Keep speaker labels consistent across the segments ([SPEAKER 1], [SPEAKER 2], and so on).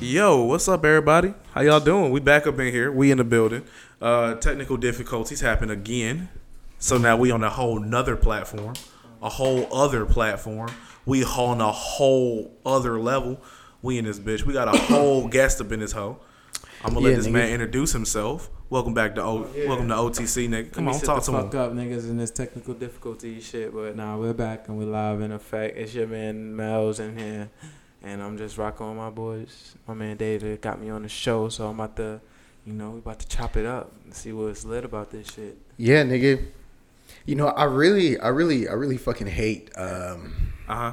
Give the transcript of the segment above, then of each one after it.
[SPEAKER 1] Yo, what's up, everybody? How y'all doing? We back up in here. We in the building. Uh, technical difficulties happen again, so now we on a whole nother platform, a whole other platform. We on a whole other level. We in this bitch. We got a whole guest up in this hoe. I'm gonna
[SPEAKER 2] Yeah,
[SPEAKER 1] let this
[SPEAKER 2] nigga.
[SPEAKER 1] man introduce himself. Welcome back to o- welcome to OTC, nigga. Come
[SPEAKER 3] Let
[SPEAKER 1] on,
[SPEAKER 3] me sit
[SPEAKER 1] talk
[SPEAKER 3] the
[SPEAKER 1] to
[SPEAKER 3] fuck
[SPEAKER 1] him.
[SPEAKER 3] up, niggas, in this technical difficulty shit. But nah, we're back and we're live in effect. It's your man Mel's in here, and I'm just rocking with my boys. My man David got me on the show, so I'm about to, you know, we about to chop it up and see what's lit about this shit.
[SPEAKER 2] Yeah, nigga. You know, I really, I really, I really fucking hate, um,
[SPEAKER 1] Uh huh.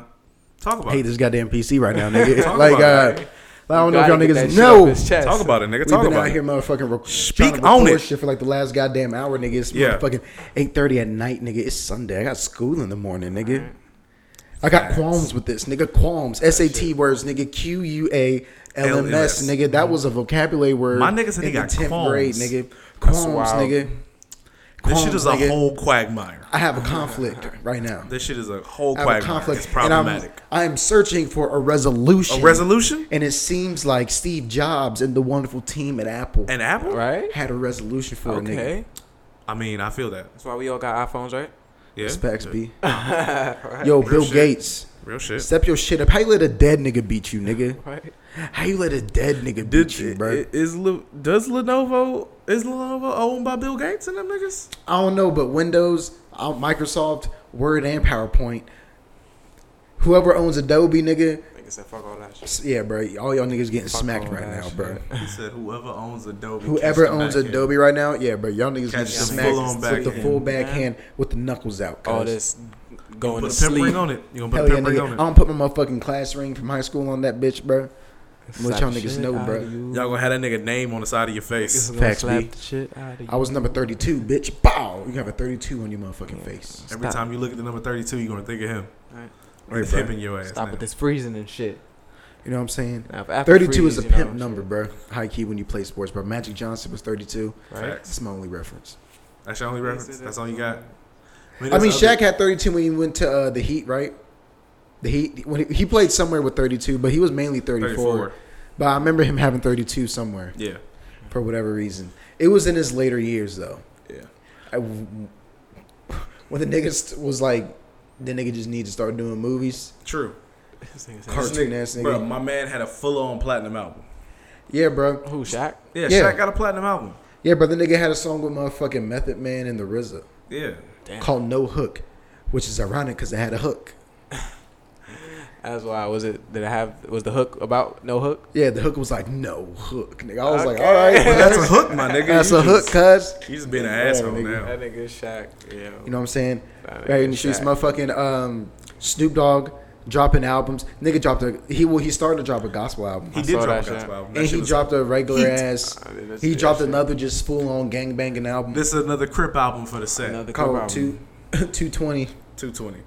[SPEAKER 1] Talk about
[SPEAKER 2] hate
[SPEAKER 1] it.
[SPEAKER 2] this goddamn PC right now, nigga.
[SPEAKER 1] Talk
[SPEAKER 2] like,
[SPEAKER 1] about
[SPEAKER 2] uh,
[SPEAKER 1] it.
[SPEAKER 2] I don't know if
[SPEAKER 3] Gotta
[SPEAKER 2] y'all
[SPEAKER 3] get that
[SPEAKER 2] niggas
[SPEAKER 3] shit off
[SPEAKER 2] know.
[SPEAKER 3] his chest.
[SPEAKER 1] Talk about it, nigga.
[SPEAKER 2] We've
[SPEAKER 1] Talk
[SPEAKER 2] been
[SPEAKER 1] about
[SPEAKER 2] out
[SPEAKER 1] it.
[SPEAKER 2] here, motherfucking. Rec-
[SPEAKER 1] Speak
[SPEAKER 2] trying to
[SPEAKER 1] on
[SPEAKER 2] record
[SPEAKER 1] it.
[SPEAKER 2] Shit for like the last goddamn hour, nigga. It's
[SPEAKER 1] Yeah.
[SPEAKER 2] motherfucking eight thirty at night, nigga. It's Sunday. I got school in the morning, nigga.
[SPEAKER 3] Alright.
[SPEAKER 2] I got qualms with this, nigga. Qualms. SAT words, nigga. Q U A L M S,
[SPEAKER 1] LMS.
[SPEAKER 2] nigga. That was a vocabulary word.
[SPEAKER 1] My nigga said he
[SPEAKER 2] in the
[SPEAKER 1] got
[SPEAKER 2] 10th
[SPEAKER 1] qualms.
[SPEAKER 2] grade, nigga. Qualms,
[SPEAKER 3] wild.
[SPEAKER 2] nigga.
[SPEAKER 1] This shit
[SPEAKER 2] Qualms,
[SPEAKER 1] is a
[SPEAKER 2] nigga.
[SPEAKER 1] whole quagmire.
[SPEAKER 2] I have a conflict right now.
[SPEAKER 1] This shit is a whole
[SPEAKER 2] I have
[SPEAKER 1] quagmire.
[SPEAKER 2] a conflict.
[SPEAKER 1] It's problematic.
[SPEAKER 2] And I'm, I'm searching for a resolution.
[SPEAKER 1] A resolution?
[SPEAKER 2] And it seems like Steve Jobs and the wonderful team at Apple
[SPEAKER 1] An apple?
[SPEAKER 3] Right?
[SPEAKER 2] had a resolution for a nigga.
[SPEAKER 3] Okay.
[SPEAKER 1] I mean, I feel that.
[SPEAKER 3] That's why we all got iPhones, right?
[SPEAKER 1] Yeah.
[SPEAKER 2] Specs B. Yo, Bill
[SPEAKER 1] shit.
[SPEAKER 2] Gates.
[SPEAKER 1] Real shit.
[SPEAKER 2] Step your shit up. How you let a dead nigga beat you, nigga?
[SPEAKER 3] Right.
[SPEAKER 2] How you let a dead nigga
[SPEAKER 1] Did
[SPEAKER 2] beat you, bro?
[SPEAKER 1] is Le- does Lenovo is Lenovo owned by Bill Gates and them niggas?
[SPEAKER 2] I don't know, but Windows, uh, Microsoft, Word, and PowerPoint. Whoever owns Adobe, nigga,
[SPEAKER 3] Nigga said fuck all that shit.
[SPEAKER 2] s- yeah, bro. All y'all niggas getting
[SPEAKER 3] Fuck
[SPEAKER 2] smacked
[SPEAKER 3] all
[SPEAKER 2] right
[SPEAKER 3] that
[SPEAKER 2] now,
[SPEAKER 3] shit.
[SPEAKER 2] bro.
[SPEAKER 1] He said whoever owns Adobe.
[SPEAKER 2] Whoever
[SPEAKER 1] catch the
[SPEAKER 2] owns
[SPEAKER 1] back end.
[SPEAKER 2] Adobe right now, yeah, bro. Y'all niggas getting
[SPEAKER 1] Catch the full-on
[SPEAKER 2] smacked with the
[SPEAKER 1] backhand.
[SPEAKER 2] full backhand with the knuckles out.
[SPEAKER 3] All
[SPEAKER 2] cuz.
[SPEAKER 3] this
[SPEAKER 1] You
[SPEAKER 3] going to
[SPEAKER 1] Put a pimp
[SPEAKER 3] sleep.
[SPEAKER 1] ring on it. You gonna put
[SPEAKER 2] Hell
[SPEAKER 1] a
[SPEAKER 2] yeah,
[SPEAKER 1] pimp ring
[SPEAKER 2] nigga. Um,
[SPEAKER 1] on
[SPEAKER 2] I
[SPEAKER 1] it?
[SPEAKER 2] don't put my motherfucking class ring from high school on that bitch, bro. Let y'all
[SPEAKER 3] Slap the
[SPEAKER 2] niggas
[SPEAKER 3] shit
[SPEAKER 2] know,
[SPEAKER 3] out
[SPEAKER 2] bro.
[SPEAKER 3] of you.
[SPEAKER 1] Y'all gonna have that nigga name on the side of your
[SPEAKER 3] Niggas
[SPEAKER 1] face.
[SPEAKER 3] gonna
[SPEAKER 2] Facts,
[SPEAKER 3] slap
[SPEAKER 2] B.
[SPEAKER 3] the shit out of you.
[SPEAKER 2] I was number 32, bitch. Bow. You have a 32 on your motherfucking face.
[SPEAKER 1] Every
[SPEAKER 3] Stop.
[SPEAKER 1] time you look at the number thirty-two, you gonna think of him.
[SPEAKER 3] Right.
[SPEAKER 2] Right,
[SPEAKER 1] It's
[SPEAKER 2] bro.
[SPEAKER 1] him in your ass.
[SPEAKER 3] Stop
[SPEAKER 1] now.
[SPEAKER 3] with this freezing and shit.
[SPEAKER 2] You know what I'm saying?
[SPEAKER 3] Now, if after
[SPEAKER 2] 32
[SPEAKER 3] freeze,
[SPEAKER 2] is a
[SPEAKER 3] you know,
[SPEAKER 2] pimp
[SPEAKER 3] shit,
[SPEAKER 2] number, bro. High key when you play sports, bro. Magic Johnson was 32.
[SPEAKER 3] Right?
[SPEAKER 2] That's my only reference.
[SPEAKER 1] That's your only reference. That's all you got.
[SPEAKER 2] I mean,
[SPEAKER 1] there's other-
[SPEAKER 2] Shaq had 32 when he went to uh, the Heat, right? The Heat. When he, he played somewhere with 32, but he was mainly 34.
[SPEAKER 1] 34.
[SPEAKER 2] But I remember him having 32 somewhere
[SPEAKER 1] Yeah.
[SPEAKER 2] for whatever reason. It was in his later years, though.
[SPEAKER 1] Yeah.
[SPEAKER 2] I, when the nigga st- was like, the nigga just need to start doing movies.
[SPEAKER 1] True.
[SPEAKER 3] This nigga said-
[SPEAKER 2] Cartoon ass nigga.
[SPEAKER 1] Bro, my man had a full-on platinum album.
[SPEAKER 2] Yeah, bro.
[SPEAKER 3] Who, Shaq?
[SPEAKER 1] Yeah,
[SPEAKER 2] Yeah.
[SPEAKER 1] Shaq got a platinum album.
[SPEAKER 2] Yeah, bro. The nigga had a song with motherfucking Method Man and the RZA
[SPEAKER 1] Yeah.
[SPEAKER 3] Damn.
[SPEAKER 2] called No Hook, which is ironic because it had a hook.
[SPEAKER 3] That's why. Was it? Did I have? Was the hook about no hook?
[SPEAKER 2] Yeah, the hook was like no hook, nigga. I was like,
[SPEAKER 3] Okay.
[SPEAKER 2] all right,
[SPEAKER 1] Well,
[SPEAKER 2] that's
[SPEAKER 1] that's a hook, my nigga.
[SPEAKER 2] that's
[SPEAKER 1] You
[SPEAKER 2] a hook,
[SPEAKER 1] just-
[SPEAKER 2] cuz.
[SPEAKER 1] You just being an
[SPEAKER 2] Yeah,
[SPEAKER 1] asshole
[SPEAKER 2] nigga.
[SPEAKER 1] now.
[SPEAKER 3] nigga Shaq. Yeah.
[SPEAKER 2] You know what I'm saying?
[SPEAKER 3] That nigga
[SPEAKER 2] Right in the streets,
[SPEAKER 3] Shaq.
[SPEAKER 2] motherfucking um, Snoop Dogg dropping albums. Nigga dropped a he well he started to drop a gospel album.
[SPEAKER 1] He
[SPEAKER 3] I
[SPEAKER 1] did drop
[SPEAKER 3] saw
[SPEAKER 1] a
[SPEAKER 3] that
[SPEAKER 1] gospel
[SPEAKER 3] shit.
[SPEAKER 1] album. That
[SPEAKER 2] and
[SPEAKER 1] shit
[SPEAKER 2] he
[SPEAKER 1] was-
[SPEAKER 2] dropped a regular
[SPEAKER 1] heat.
[SPEAKER 2] ass.
[SPEAKER 3] I didn't see
[SPEAKER 2] He
[SPEAKER 3] that
[SPEAKER 2] dropped
[SPEAKER 3] shit.
[SPEAKER 2] another just full on gangbanging album
[SPEAKER 1] This is another Crip album for the set.
[SPEAKER 3] Another
[SPEAKER 2] called two, 220.
[SPEAKER 1] 220.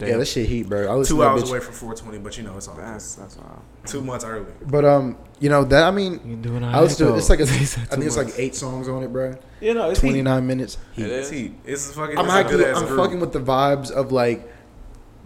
[SPEAKER 2] Yeah, that shit heat, bro. I listen
[SPEAKER 1] Two
[SPEAKER 2] to that
[SPEAKER 1] hours
[SPEAKER 2] bitch.
[SPEAKER 1] away from 420, but you know, it's all good.
[SPEAKER 3] That's that's wild.
[SPEAKER 1] Two months early.
[SPEAKER 2] But um, you know that I mean,
[SPEAKER 3] can do it.
[SPEAKER 2] I was doing it's like a, I think it's like eight songs on it, bro.
[SPEAKER 1] You know, it's
[SPEAKER 2] Twenty
[SPEAKER 1] heat.
[SPEAKER 2] nine minutes.
[SPEAKER 3] It
[SPEAKER 2] Heat.
[SPEAKER 1] It's heat. It's fucking
[SPEAKER 2] I'm,
[SPEAKER 1] it's a
[SPEAKER 2] high
[SPEAKER 1] good
[SPEAKER 2] key,
[SPEAKER 1] ass
[SPEAKER 2] I'm
[SPEAKER 1] group.
[SPEAKER 2] fucking with the vibes of like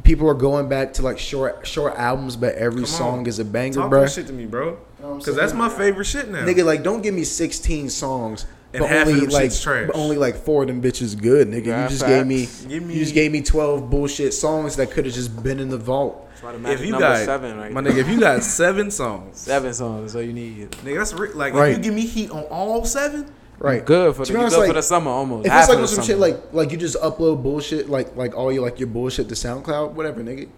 [SPEAKER 2] people are going back to like short short albums, but every
[SPEAKER 1] Come on.
[SPEAKER 2] song is a banger,
[SPEAKER 1] Talk
[SPEAKER 2] bro.
[SPEAKER 1] that shit to me, bro.
[SPEAKER 2] Know what I'm
[SPEAKER 1] Because that's
[SPEAKER 2] saying?
[SPEAKER 1] my favorite shit now.
[SPEAKER 2] Nigga, like, don't give me 16 songs,
[SPEAKER 1] And
[SPEAKER 2] but
[SPEAKER 1] half of
[SPEAKER 2] only
[SPEAKER 1] them
[SPEAKER 2] like,
[SPEAKER 1] shit's trash.
[SPEAKER 2] but only like four of them bitches good, nigga.
[SPEAKER 3] Yeah,
[SPEAKER 2] you just
[SPEAKER 3] facts.
[SPEAKER 2] gave me,
[SPEAKER 1] Give me-
[SPEAKER 2] you just gave me 12 bullshit songs that could have just been in the vault.
[SPEAKER 1] if you got
[SPEAKER 3] seven, right?
[SPEAKER 1] my nigga, if you got seven songs,
[SPEAKER 3] seven songs, so you need.
[SPEAKER 1] nigga, that's re- like
[SPEAKER 2] Right.
[SPEAKER 1] if you give me heat on all seven.
[SPEAKER 2] Right.
[SPEAKER 3] Good for the,
[SPEAKER 2] be
[SPEAKER 3] you
[SPEAKER 2] honest,
[SPEAKER 3] good for
[SPEAKER 2] like,
[SPEAKER 3] the summer almost.
[SPEAKER 2] If
[SPEAKER 3] Half
[SPEAKER 2] it's like
[SPEAKER 3] of
[SPEAKER 2] on
[SPEAKER 3] the
[SPEAKER 2] some shit
[SPEAKER 3] summer.
[SPEAKER 2] like like you just upload bullshit like like all your like your bullshit to SoundCloud, whatever, nigga.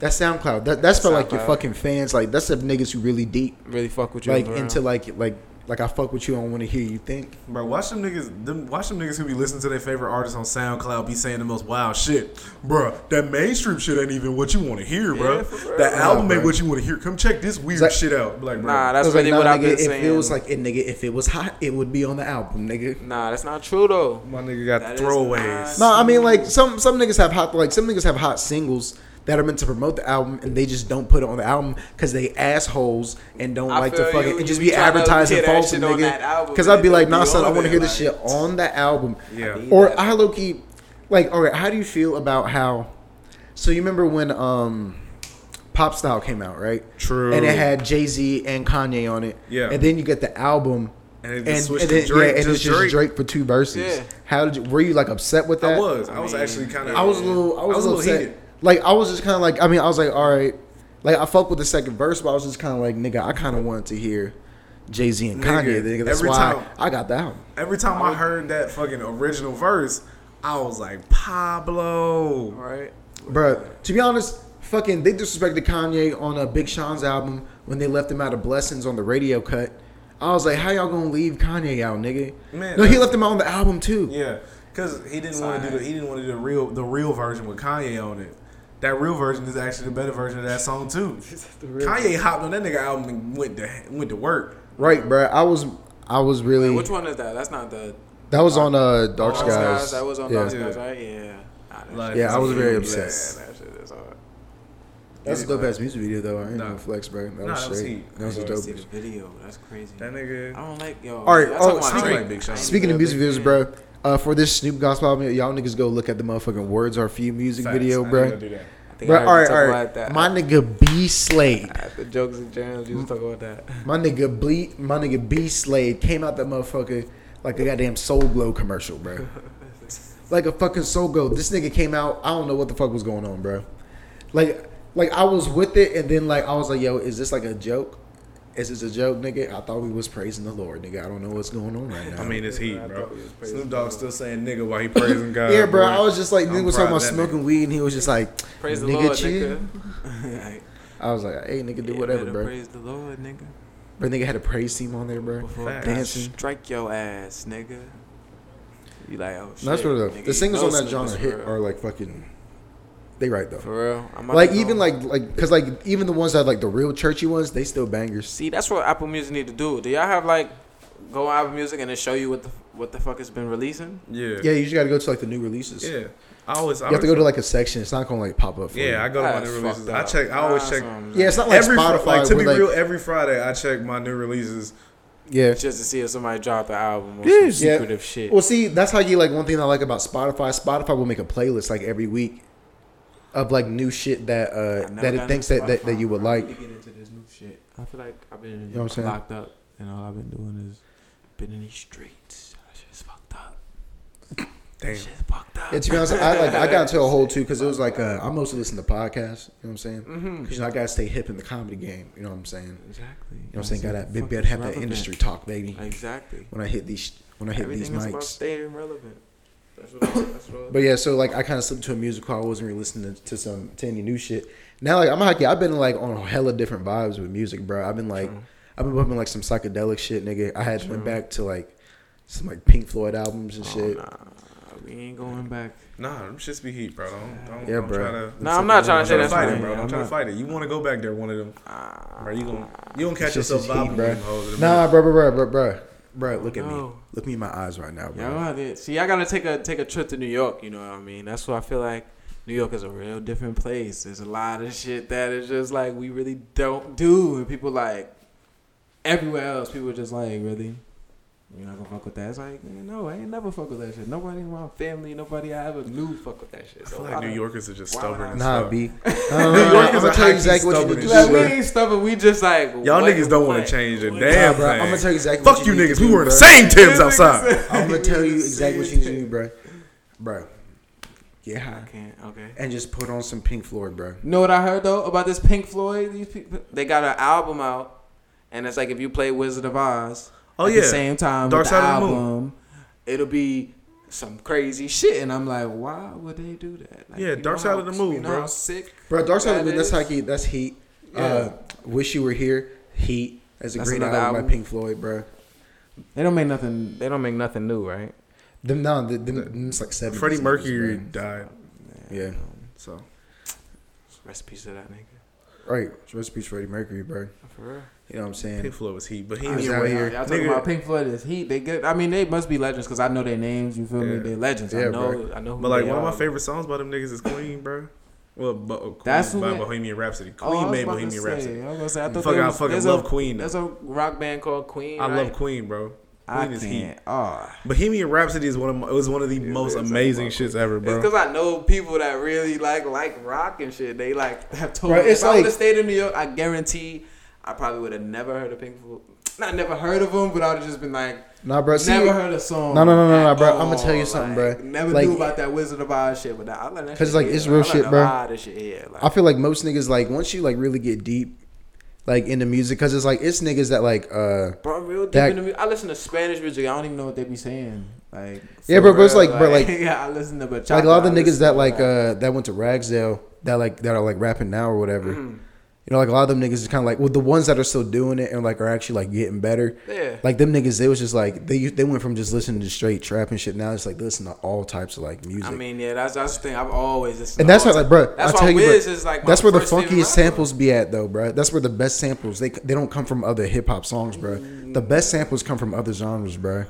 [SPEAKER 2] That's SoundCloud. That that's for like your
[SPEAKER 3] SoundCloud.
[SPEAKER 2] fucking fans. Like that's the niggas who really deep.
[SPEAKER 3] really fuck with you,
[SPEAKER 2] Like
[SPEAKER 3] bro.
[SPEAKER 2] into like like like I fuck with you. I want to hear you think.
[SPEAKER 1] Bro, watch them niggas. Them, watch them niggas who be listening to their favorite artists on SoundCloud be saying the most wild shit. Bro, that mainstream shit ain't even what you want to hear, bro.
[SPEAKER 3] Yeah, for real.
[SPEAKER 1] that
[SPEAKER 2] Nah,
[SPEAKER 1] album ain't
[SPEAKER 2] bro.
[SPEAKER 1] what you want to hear. Come check this weird
[SPEAKER 2] It's like-
[SPEAKER 1] shit out. Like, bro,
[SPEAKER 3] Nah, that's
[SPEAKER 2] I was like,
[SPEAKER 3] really
[SPEAKER 2] nah,
[SPEAKER 3] what
[SPEAKER 2] nigga,
[SPEAKER 3] I've been
[SPEAKER 2] if
[SPEAKER 3] saying.
[SPEAKER 2] it was like, eh, nigga, if it was hot, it would be on the album, nigga.
[SPEAKER 3] nah, that's not true though.
[SPEAKER 1] my nigga got
[SPEAKER 3] That is
[SPEAKER 1] throwaways.
[SPEAKER 3] not-
[SPEAKER 2] No, I mean like some some niggas have hot like some niggas have hot singles that are meant to promote the album and they just don't put it on the album because they assholes and don't
[SPEAKER 3] I
[SPEAKER 2] like to
[SPEAKER 3] feel
[SPEAKER 2] fucking
[SPEAKER 3] you.
[SPEAKER 2] and just
[SPEAKER 3] You
[SPEAKER 2] be
[SPEAKER 3] be tryna
[SPEAKER 2] advertising
[SPEAKER 3] hear that
[SPEAKER 2] false
[SPEAKER 3] shit on that
[SPEAKER 2] nigga.
[SPEAKER 3] album,
[SPEAKER 2] Because
[SPEAKER 3] but
[SPEAKER 2] I'd
[SPEAKER 3] it
[SPEAKER 2] be like,
[SPEAKER 3] don't
[SPEAKER 2] nah,
[SPEAKER 3] be
[SPEAKER 2] son, I
[SPEAKER 3] on
[SPEAKER 2] want to
[SPEAKER 3] there,
[SPEAKER 2] hear this
[SPEAKER 3] like-
[SPEAKER 2] shit on the album.
[SPEAKER 1] Yeah.
[SPEAKER 2] Or I low key like all right, how do you feel about how? So you remember when um, Pop Style came out, right?
[SPEAKER 1] True.
[SPEAKER 2] and it had Jay Z and Kanye on it.
[SPEAKER 1] Yeah.
[SPEAKER 2] And then you get the album,
[SPEAKER 1] And it
[SPEAKER 2] and,
[SPEAKER 1] just switched
[SPEAKER 2] and
[SPEAKER 1] to
[SPEAKER 2] then,
[SPEAKER 1] Drake,
[SPEAKER 2] yeah, and
[SPEAKER 1] just
[SPEAKER 2] it's just
[SPEAKER 1] Drake.
[SPEAKER 2] Drake. for two verses.
[SPEAKER 3] Yeah.
[SPEAKER 2] How did you, were you like upset with that?
[SPEAKER 1] I was. I was
[SPEAKER 3] I mean,
[SPEAKER 1] actually kind of.
[SPEAKER 2] I was a little. I was, a little upset.
[SPEAKER 1] heated.
[SPEAKER 2] Like I was just kind of like. I mean, I was like, all right. Like I fuck with the second verse, but I was just kind of like, nigga, I kind of wanted to hear Jay Z and
[SPEAKER 1] Nigga,
[SPEAKER 2] Kanye. Nigga, that's
[SPEAKER 1] every
[SPEAKER 2] why
[SPEAKER 1] time-
[SPEAKER 2] I got the album.
[SPEAKER 1] Every time I heard that fucking original verse, I was like Pablo.
[SPEAKER 3] Right.
[SPEAKER 2] Bruh, to be honest, fucking they disrespected Kanye on uh, Big Sean's album when they left him out of Blessings on the radio cut. I was like, how y'all gonna leave Kanye out, nigga?
[SPEAKER 1] Man,
[SPEAKER 2] no, he
[SPEAKER 1] uh,
[SPEAKER 2] left him out on the album too.
[SPEAKER 1] Yeah, because he didn't want to do the he didn't want to do the real the real version with Kanye on it. That real version is actually the better version of that song too. Kanye hopped on that nigga album and went to went to work.
[SPEAKER 2] Right, bruh. I was, I was really.
[SPEAKER 3] Which one is that? That's not the
[SPEAKER 2] That was on uh, Dark Skies.
[SPEAKER 3] That was on
[SPEAKER 2] yeah.
[SPEAKER 3] Dark
[SPEAKER 1] Yeah.
[SPEAKER 3] Skies, right? Yeah. Nah, that
[SPEAKER 1] Like,
[SPEAKER 3] shit-
[SPEAKER 2] Yeah, I was very
[SPEAKER 1] yeah,
[SPEAKER 2] obsessed.
[SPEAKER 1] man.
[SPEAKER 3] that shit is hard.
[SPEAKER 2] That's a dope ass music video though. I ain't
[SPEAKER 1] Nah.
[SPEAKER 2] gonna flex, bro. That
[SPEAKER 1] Nah,
[SPEAKER 2] was
[SPEAKER 1] that was
[SPEAKER 2] straight.
[SPEAKER 1] heat.
[SPEAKER 2] That
[SPEAKER 1] I
[SPEAKER 2] was a
[SPEAKER 1] ain't
[SPEAKER 2] dope.
[SPEAKER 3] See the video. That's crazy.
[SPEAKER 1] That
[SPEAKER 3] I
[SPEAKER 1] nigga.
[SPEAKER 3] don't like yo.
[SPEAKER 2] All right,
[SPEAKER 3] y'all
[SPEAKER 2] oh,
[SPEAKER 3] talking about
[SPEAKER 1] speaking-
[SPEAKER 3] Drake.
[SPEAKER 1] Big Sean.
[SPEAKER 3] I ain't
[SPEAKER 2] Speaking of
[SPEAKER 3] even a
[SPEAKER 2] music
[SPEAKER 3] big
[SPEAKER 2] videos,
[SPEAKER 3] fan.
[SPEAKER 2] bro, uh, for this Snoop gospel album, y'all niggas go look at the motherfucking words are few music
[SPEAKER 1] Facts. I
[SPEAKER 2] video,
[SPEAKER 1] ain't
[SPEAKER 2] bro.
[SPEAKER 1] gonna do that.
[SPEAKER 3] I think
[SPEAKER 2] Bro,
[SPEAKER 3] I
[SPEAKER 2] all right,
[SPEAKER 3] talk
[SPEAKER 2] all
[SPEAKER 3] about
[SPEAKER 2] right.
[SPEAKER 3] that.
[SPEAKER 2] My nigga B Slade,
[SPEAKER 3] At the jokes and jams, you just talk about that.
[SPEAKER 2] my nigga B, my nigga B Slade came out that motherfucker like a goddamn Soul Glow commercial, bro. like a fucking Soul Glow. This nigga came out. I don't know what the fuck was going on, bro. Like, like I was with it, and then like I was like, yo, is this like a joke? Is this a joke, nigga? I thought we was praising the Lord, nigga. I don't know what's going on right now.
[SPEAKER 1] I mean, it's heat,
[SPEAKER 3] I
[SPEAKER 1] bro.
[SPEAKER 3] thought he was praising
[SPEAKER 1] Snoop Dogg still saying nigga while he praising God.
[SPEAKER 2] Yeah, bro. I was just like,
[SPEAKER 1] uh, I'm
[SPEAKER 2] nigga was
[SPEAKER 1] proud
[SPEAKER 2] talking about
[SPEAKER 1] of that
[SPEAKER 2] smoking weed, and he was just like,
[SPEAKER 3] Praise the
[SPEAKER 2] nigga,
[SPEAKER 3] Lord,
[SPEAKER 2] chill.
[SPEAKER 3] nigga.
[SPEAKER 2] I was like, hey, nigga, do
[SPEAKER 3] Yeah,
[SPEAKER 2] whatever,
[SPEAKER 3] better
[SPEAKER 2] bro.
[SPEAKER 3] Praise the Lord, nigga.
[SPEAKER 2] But nigga had a praise team on there, bro.
[SPEAKER 3] Before
[SPEAKER 1] Facts.
[SPEAKER 3] God
[SPEAKER 2] Dancing.
[SPEAKER 3] strike your ass, nigga. You like oh shit.
[SPEAKER 2] No, that's what it is.
[SPEAKER 3] nigga,
[SPEAKER 2] The
[SPEAKER 3] you
[SPEAKER 2] singles
[SPEAKER 3] know
[SPEAKER 2] on that
[SPEAKER 3] Snoop
[SPEAKER 2] genre
[SPEAKER 3] is
[SPEAKER 2] hit
[SPEAKER 3] for real.
[SPEAKER 2] are like fucking, they right though.
[SPEAKER 3] for real. I'm about
[SPEAKER 2] Like
[SPEAKER 3] to go-
[SPEAKER 2] even like like cause like even the ones that like the real churchy ones, they still bangers.
[SPEAKER 3] see that's what Apple Music need to do. Do y'all have like go on Apple Music and then show you what the what the fuck has been releasing?
[SPEAKER 1] Yeah.
[SPEAKER 2] Yeah, you just gotta go to like the new releases.
[SPEAKER 1] Yeah. I always. I
[SPEAKER 2] You have to go
[SPEAKER 1] always-
[SPEAKER 2] to like a section. It's not gonna like pop up. For
[SPEAKER 1] Yeah, I
[SPEAKER 2] you.
[SPEAKER 1] go to my
[SPEAKER 3] That's
[SPEAKER 1] new releases.
[SPEAKER 3] fucked
[SPEAKER 1] I
[SPEAKER 3] up.
[SPEAKER 1] check. I always
[SPEAKER 3] That's
[SPEAKER 1] check.
[SPEAKER 3] what I'm saying.
[SPEAKER 2] yeah, it's not like
[SPEAKER 1] every
[SPEAKER 2] Spotify.
[SPEAKER 1] Spotify, like to
[SPEAKER 2] where,
[SPEAKER 1] be
[SPEAKER 2] like-
[SPEAKER 1] real, every Friday I check my new releases.
[SPEAKER 2] yeah,
[SPEAKER 3] just to see if somebody dropped an album or
[SPEAKER 2] Yeah.
[SPEAKER 3] some secretive shit.
[SPEAKER 2] Well, see, that's how you like one thing I like about Spotify. Spotify will make a playlist like every week of like new shit that uh
[SPEAKER 3] I never
[SPEAKER 2] that
[SPEAKER 3] got
[SPEAKER 2] it thinks
[SPEAKER 3] into
[SPEAKER 2] that, that that
[SPEAKER 3] Spotify.
[SPEAKER 2] you would
[SPEAKER 3] I
[SPEAKER 2] like.
[SPEAKER 3] need to get into this new shit. I feel like I've been
[SPEAKER 2] know what I'm saying?
[SPEAKER 3] locked up, and all I've been doing is been in these streets. That shit's fucked up.
[SPEAKER 1] Damn.
[SPEAKER 3] Shit's fucked up.
[SPEAKER 2] Yeah, to be honest, I like I got into a hole too because it was like uh, I mostly listen to podcasts. You know what I'm saying?
[SPEAKER 3] Mm-hmm.
[SPEAKER 2] Because you know, I gotta stay hip in the comedy game. You know what I'm saying? You know
[SPEAKER 3] Exactly.
[SPEAKER 2] what I'm saying? Gotta
[SPEAKER 3] Fuck
[SPEAKER 2] be better
[SPEAKER 3] is
[SPEAKER 2] have that
[SPEAKER 3] relevant.
[SPEAKER 2] industry talk, baby.
[SPEAKER 3] Exactly.
[SPEAKER 2] When I hit these when I hit these
[SPEAKER 3] Everything is about
[SPEAKER 2] mics.
[SPEAKER 3] staying relevant. That's what. I'm- That's what.
[SPEAKER 2] But yeah, so like I kind of slipped to a musical. I wasn't really listening to, to some to any new shit. Now like I'm like yeah, I've been like on hella different vibes with music, bro. I've been like
[SPEAKER 3] True.
[SPEAKER 2] I've been bumping like some psychedelic shit, nigga. I had
[SPEAKER 3] True.
[SPEAKER 2] went back to like some like Pink Floyd albums and
[SPEAKER 3] Oh,
[SPEAKER 2] shit.
[SPEAKER 3] Nah, we ain't going back.
[SPEAKER 1] Nah, them shits be heat, bro. Don't, don't,
[SPEAKER 2] Yeah,
[SPEAKER 1] don't
[SPEAKER 2] bro.
[SPEAKER 1] try to.
[SPEAKER 3] Nah, I'm not trying
[SPEAKER 1] I'm trying
[SPEAKER 3] to say
[SPEAKER 1] to
[SPEAKER 3] that's
[SPEAKER 1] fight
[SPEAKER 3] right.
[SPEAKER 1] it, bro. I'm, trying
[SPEAKER 3] I'm
[SPEAKER 1] to
[SPEAKER 3] not.
[SPEAKER 1] fight it. You want to go back there, one of them,
[SPEAKER 3] Ah,
[SPEAKER 1] bro? You gonna you gonna
[SPEAKER 2] It's
[SPEAKER 1] catch
[SPEAKER 2] just
[SPEAKER 1] yourself
[SPEAKER 2] his
[SPEAKER 1] vibing
[SPEAKER 2] heat,
[SPEAKER 1] with
[SPEAKER 2] bro.
[SPEAKER 1] them hoes in a
[SPEAKER 2] Nah,
[SPEAKER 1] minute.
[SPEAKER 2] bro, bro, bro, bro, bro, bro. Look at me.
[SPEAKER 3] No.
[SPEAKER 2] Look me in my eyes right now, bro.
[SPEAKER 3] Y'all out there. See, I gotta take a take a trip to New York. You know what I mean? That's why I feel like New York is a real different place. There's a lot of shit that is just like we really don't do, and people like everywhere else. People just like really. You're not gonna fuck with that. It's like man, no, I ain't never fuck with that shit. Nobody in my family, nobody I ever knew fuck with that shit.
[SPEAKER 1] I
[SPEAKER 3] So
[SPEAKER 1] feel
[SPEAKER 3] why
[SPEAKER 1] like New
[SPEAKER 3] the-
[SPEAKER 1] Yorkers are just
[SPEAKER 3] why
[SPEAKER 1] stubborn.
[SPEAKER 3] would I-
[SPEAKER 1] as
[SPEAKER 2] Nah,
[SPEAKER 1] fuck.
[SPEAKER 2] B.
[SPEAKER 1] New York
[SPEAKER 2] I'm
[SPEAKER 1] is a
[SPEAKER 2] gonna tell you
[SPEAKER 1] high-key
[SPEAKER 2] exactly what you need to
[SPEAKER 1] stubborn
[SPEAKER 2] do,
[SPEAKER 3] Like, we
[SPEAKER 2] bro.
[SPEAKER 3] ain't stubborn. We just like
[SPEAKER 1] Y'all
[SPEAKER 3] what-
[SPEAKER 1] niggas don't want
[SPEAKER 3] what-
[SPEAKER 1] to change a
[SPEAKER 3] what-
[SPEAKER 1] damn
[SPEAKER 2] bro. I'm gonna
[SPEAKER 1] thing.
[SPEAKER 2] tell you exactly.
[SPEAKER 1] Fuck
[SPEAKER 2] what
[SPEAKER 1] you
[SPEAKER 2] need
[SPEAKER 1] niggas.
[SPEAKER 2] to
[SPEAKER 1] We
[SPEAKER 2] do,
[SPEAKER 1] were the
[SPEAKER 2] bro.
[SPEAKER 1] same Timbs
[SPEAKER 3] Niggas
[SPEAKER 1] outside.
[SPEAKER 3] say-
[SPEAKER 2] I'm gonna tell you
[SPEAKER 3] niggas
[SPEAKER 2] exactly what
[SPEAKER 3] say
[SPEAKER 2] you need
[SPEAKER 3] it.
[SPEAKER 2] to do, bro. Bro, get
[SPEAKER 3] I
[SPEAKER 2] high
[SPEAKER 3] can't. Okay.
[SPEAKER 2] and just put on some Pink Floyd, bro.
[SPEAKER 3] You know what I heard though about this Pink Floyd? These people, they got an album out, and it's like if you play Wizard of Oz
[SPEAKER 1] Oh,
[SPEAKER 3] at
[SPEAKER 1] yeah.
[SPEAKER 3] the same time
[SPEAKER 1] Dark
[SPEAKER 3] with the
[SPEAKER 1] Side of the Moon.
[SPEAKER 3] album, it'll be some crazy shit. And I'm like, why would they do that? Like,
[SPEAKER 1] Yeah,
[SPEAKER 3] you
[SPEAKER 1] Dark
[SPEAKER 3] know
[SPEAKER 1] Side
[SPEAKER 3] how-
[SPEAKER 1] of the Moon,
[SPEAKER 3] you know
[SPEAKER 1] bro.
[SPEAKER 3] how Sick.
[SPEAKER 2] Bro, Dark Side
[SPEAKER 3] That
[SPEAKER 2] of the Moon. That's
[SPEAKER 3] is-
[SPEAKER 2] how he. That's heat. Uh, Wish you were here. Heat. That's a
[SPEAKER 3] That's
[SPEAKER 2] great
[SPEAKER 3] another
[SPEAKER 2] album, by
[SPEAKER 3] album.
[SPEAKER 2] Pink Floyd, bro.
[SPEAKER 3] They don't make nothing. They don't make nothing new, right?
[SPEAKER 2] Them no, the, them, it's like seven.
[SPEAKER 1] Freddie Mercury died,
[SPEAKER 2] Yeah.
[SPEAKER 3] um,
[SPEAKER 1] so
[SPEAKER 3] rest in peace to that nigga.
[SPEAKER 2] Right. Rest in peace, Freddie Mercury, bro.
[SPEAKER 3] For real.
[SPEAKER 2] You know what I'm saying?
[SPEAKER 1] Pink Floyd was heat, but he
[SPEAKER 2] I was
[SPEAKER 1] didn't
[SPEAKER 2] out
[SPEAKER 1] really.
[SPEAKER 2] here.
[SPEAKER 3] Y'all talking
[SPEAKER 1] Nigga.
[SPEAKER 3] about Pink Floyd is heat. They good. I mean, they must be legends because I know their names. You feel me?
[SPEAKER 1] Yeah.
[SPEAKER 3] They're legends.
[SPEAKER 2] Yeah,
[SPEAKER 3] I know.
[SPEAKER 2] bro.
[SPEAKER 3] I know. Who
[SPEAKER 1] But like
[SPEAKER 3] they
[SPEAKER 1] one of
[SPEAKER 3] are.
[SPEAKER 1] my favorite songs by them niggas is Queen, bro. Well, Bo- Queen
[SPEAKER 3] That's who
[SPEAKER 1] by
[SPEAKER 3] made-
[SPEAKER 1] Bohemian Rhapsody.
[SPEAKER 3] Oh, I
[SPEAKER 1] Queen
[SPEAKER 3] was
[SPEAKER 1] made
[SPEAKER 3] about to
[SPEAKER 1] Bohemian
[SPEAKER 3] say,
[SPEAKER 1] Rhapsody.
[SPEAKER 3] I was gonna say, I thought
[SPEAKER 1] Fuck,
[SPEAKER 3] there
[SPEAKER 1] I
[SPEAKER 3] was-
[SPEAKER 1] fucking
[SPEAKER 3] there's
[SPEAKER 1] love
[SPEAKER 3] a,
[SPEAKER 1] Queen. though.
[SPEAKER 3] There's a rock band called Queen.
[SPEAKER 1] I
[SPEAKER 3] right?
[SPEAKER 1] love Queen, bro.
[SPEAKER 3] I
[SPEAKER 1] Queen is
[SPEAKER 3] can't. Oh.
[SPEAKER 1] Bohemian Rhapsody is one of my, it was one of the most
[SPEAKER 3] it's
[SPEAKER 1] amazing
[SPEAKER 3] like-
[SPEAKER 1] shits ever,
[SPEAKER 3] It's
[SPEAKER 1] bro.
[SPEAKER 3] because I know people that really like like rock and shit. They like have told
[SPEAKER 2] Bro,
[SPEAKER 3] me
[SPEAKER 2] it's
[SPEAKER 3] if I would
[SPEAKER 2] like-
[SPEAKER 3] have stayed in New York, I guarantee I probably would have never heard of Pink Floyd. Not never heard of them, but I would have just been like,
[SPEAKER 2] Nah, bro. See,
[SPEAKER 3] never heard a song.
[SPEAKER 2] No, no, no, no, no,
[SPEAKER 3] at
[SPEAKER 2] bro. I'ma tell you
[SPEAKER 3] all.
[SPEAKER 2] something,
[SPEAKER 3] Like,
[SPEAKER 2] bro.
[SPEAKER 3] Never
[SPEAKER 2] Like-
[SPEAKER 3] knew about that Wizard of Oz shit, but I learned that.
[SPEAKER 2] 'Cause,
[SPEAKER 3] shit
[SPEAKER 2] like,
[SPEAKER 3] here.
[SPEAKER 2] it's real
[SPEAKER 3] I learned
[SPEAKER 2] shit,
[SPEAKER 3] a
[SPEAKER 2] bro.
[SPEAKER 3] lot of shit here, like-
[SPEAKER 2] I feel like most niggas like once you like really get deep, like in the music, cause it's like it's niggas that like uh
[SPEAKER 3] Bro, I'm real deep
[SPEAKER 2] That-
[SPEAKER 3] into music. I listen to Spanish music. I don't even know what they be saying. Like,
[SPEAKER 2] Yeah,
[SPEAKER 3] for
[SPEAKER 2] bro, but it's
[SPEAKER 3] real,
[SPEAKER 2] like- bro, like-
[SPEAKER 3] yeah, I listen to bachata.
[SPEAKER 2] like a lot
[SPEAKER 3] I
[SPEAKER 2] of the niggas
[SPEAKER 3] listen
[SPEAKER 2] that
[SPEAKER 3] to
[SPEAKER 2] like uh that went to Ragsdale that like that are like rapping now or whatever.
[SPEAKER 3] Mm-hmm.
[SPEAKER 2] You know, like a lot of them niggas is kind of like well, the ones that are still doing it and like are actually like getting better.
[SPEAKER 3] Yeah.
[SPEAKER 2] Like them niggas, they was just like they they went from just listening to straight trap and shit. Now it's like they listen to all types of like music.
[SPEAKER 3] I mean, yeah, that's that's the thing. I've always listened.
[SPEAKER 2] and
[SPEAKER 3] to
[SPEAKER 2] that's
[SPEAKER 3] all
[SPEAKER 2] how, like,
[SPEAKER 3] type-
[SPEAKER 2] bro.
[SPEAKER 3] That's
[SPEAKER 2] I
[SPEAKER 3] why
[SPEAKER 2] tell you, bro,
[SPEAKER 3] Wiz is like my
[SPEAKER 2] that's where the
[SPEAKER 3] first favorite
[SPEAKER 2] funkiest
[SPEAKER 3] rapper.
[SPEAKER 2] samples be at, though, bro. That's where the best samples they they don't come from other hip hop songs, bro. The best samples come from other genres, bro.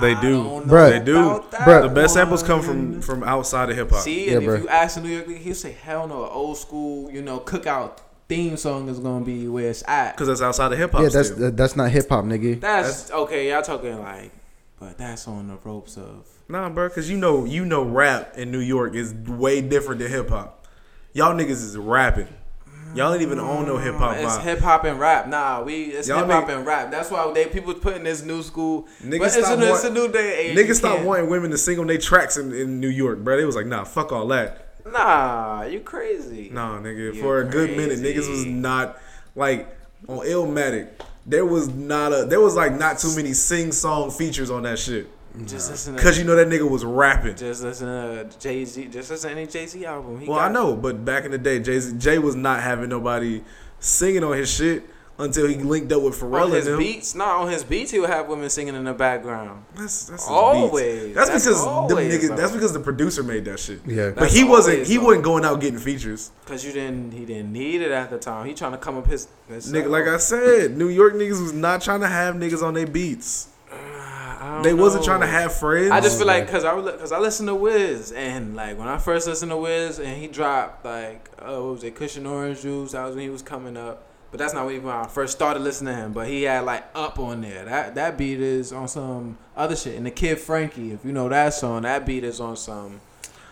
[SPEAKER 1] They
[SPEAKER 3] I
[SPEAKER 1] do,
[SPEAKER 3] don't know
[SPEAKER 2] Bruh.
[SPEAKER 1] They do.
[SPEAKER 3] about that
[SPEAKER 2] Bruh.
[SPEAKER 1] The best samples come
[SPEAKER 3] one.
[SPEAKER 1] from from outside of hip hop.
[SPEAKER 3] See,
[SPEAKER 2] Yeah,
[SPEAKER 3] and
[SPEAKER 2] bro.
[SPEAKER 3] if you ask a New York, nigga, he'll say, "Hell no, an old school, you know, cookout theme song is gonna be where it's at."
[SPEAKER 1] Because that's outside of hip hop.
[SPEAKER 2] Yeah, that's
[SPEAKER 1] still.
[SPEAKER 2] that, that's not hip hop, nigga.
[SPEAKER 3] That's, okay. Y'all talking like, but that's on the ropes of.
[SPEAKER 1] Nah, bro, because you know, you know, rap in New York is way different than hip hop. Y'all niggas is rapping. Y'all ain't even own no hip hop
[SPEAKER 3] It's
[SPEAKER 1] vibe.
[SPEAKER 3] hip hop and rap. Nah, we it's
[SPEAKER 1] Y'all
[SPEAKER 3] hip hop
[SPEAKER 1] nigg-
[SPEAKER 3] and rap. That's why they people putting this new school.
[SPEAKER 1] Niggas
[SPEAKER 3] but it's,
[SPEAKER 1] stop
[SPEAKER 3] a, new- it's a
[SPEAKER 1] want-
[SPEAKER 3] new day. and age. You
[SPEAKER 1] Niggas stopped
[SPEAKER 3] can't-
[SPEAKER 1] wanting women to sing on their tracks in, in New York, bro. They was like, nah, fuck all that.
[SPEAKER 3] Nah, you crazy.
[SPEAKER 1] Nah, nigga.
[SPEAKER 3] You
[SPEAKER 1] for a good minute,
[SPEAKER 3] crazy.
[SPEAKER 1] niggas was not like on Illmatic. There was not a. There was like not too many sing song features on that shit.
[SPEAKER 3] Just listen to
[SPEAKER 1] Cause you know that nigga was rapping.
[SPEAKER 3] Uh-huh. just listen to Jay Z. Just listen to any Jay Z album. He
[SPEAKER 1] Well, I
[SPEAKER 3] got-
[SPEAKER 1] know, but back in the day, Jay Jay was not having nobody singing on his shit until he linked up with Pharrell
[SPEAKER 3] on
[SPEAKER 1] and
[SPEAKER 3] his
[SPEAKER 1] them.
[SPEAKER 3] beats. Not on his beats. He would have women singing in the background.
[SPEAKER 1] That's, that's his
[SPEAKER 3] Always.
[SPEAKER 1] beats. That's,
[SPEAKER 3] That's
[SPEAKER 1] because
[SPEAKER 3] always,
[SPEAKER 1] them niggas.
[SPEAKER 3] though.
[SPEAKER 1] That's because the producer made that shit.
[SPEAKER 2] Yeah.
[SPEAKER 1] but
[SPEAKER 3] That's
[SPEAKER 1] he wasn't.
[SPEAKER 3] always,
[SPEAKER 1] He
[SPEAKER 3] though.
[SPEAKER 1] wasn't going out getting features.
[SPEAKER 3] Cause you didn't. He didn't need it at the time. He trying to come up his. his
[SPEAKER 1] Nigga, like I said, New York niggas was not trying to have niggas on their beats.
[SPEAKER 3] I don't
[SPEAKER 1] They wasn't
[SPEAKER 3] know.
[SPEAKER 1] trying to have friends.
[SPEAKER 3] I just feel like because I because I listened to Wiz and like when I first listened to Wiz and he dropped like uh, what was it Cushion Orange Juice that was when he was coming up but that's not even when I first started listening to him but he had like Up on there that that beat is on some other shit and the Kid Frankie if you know that song that beat is on some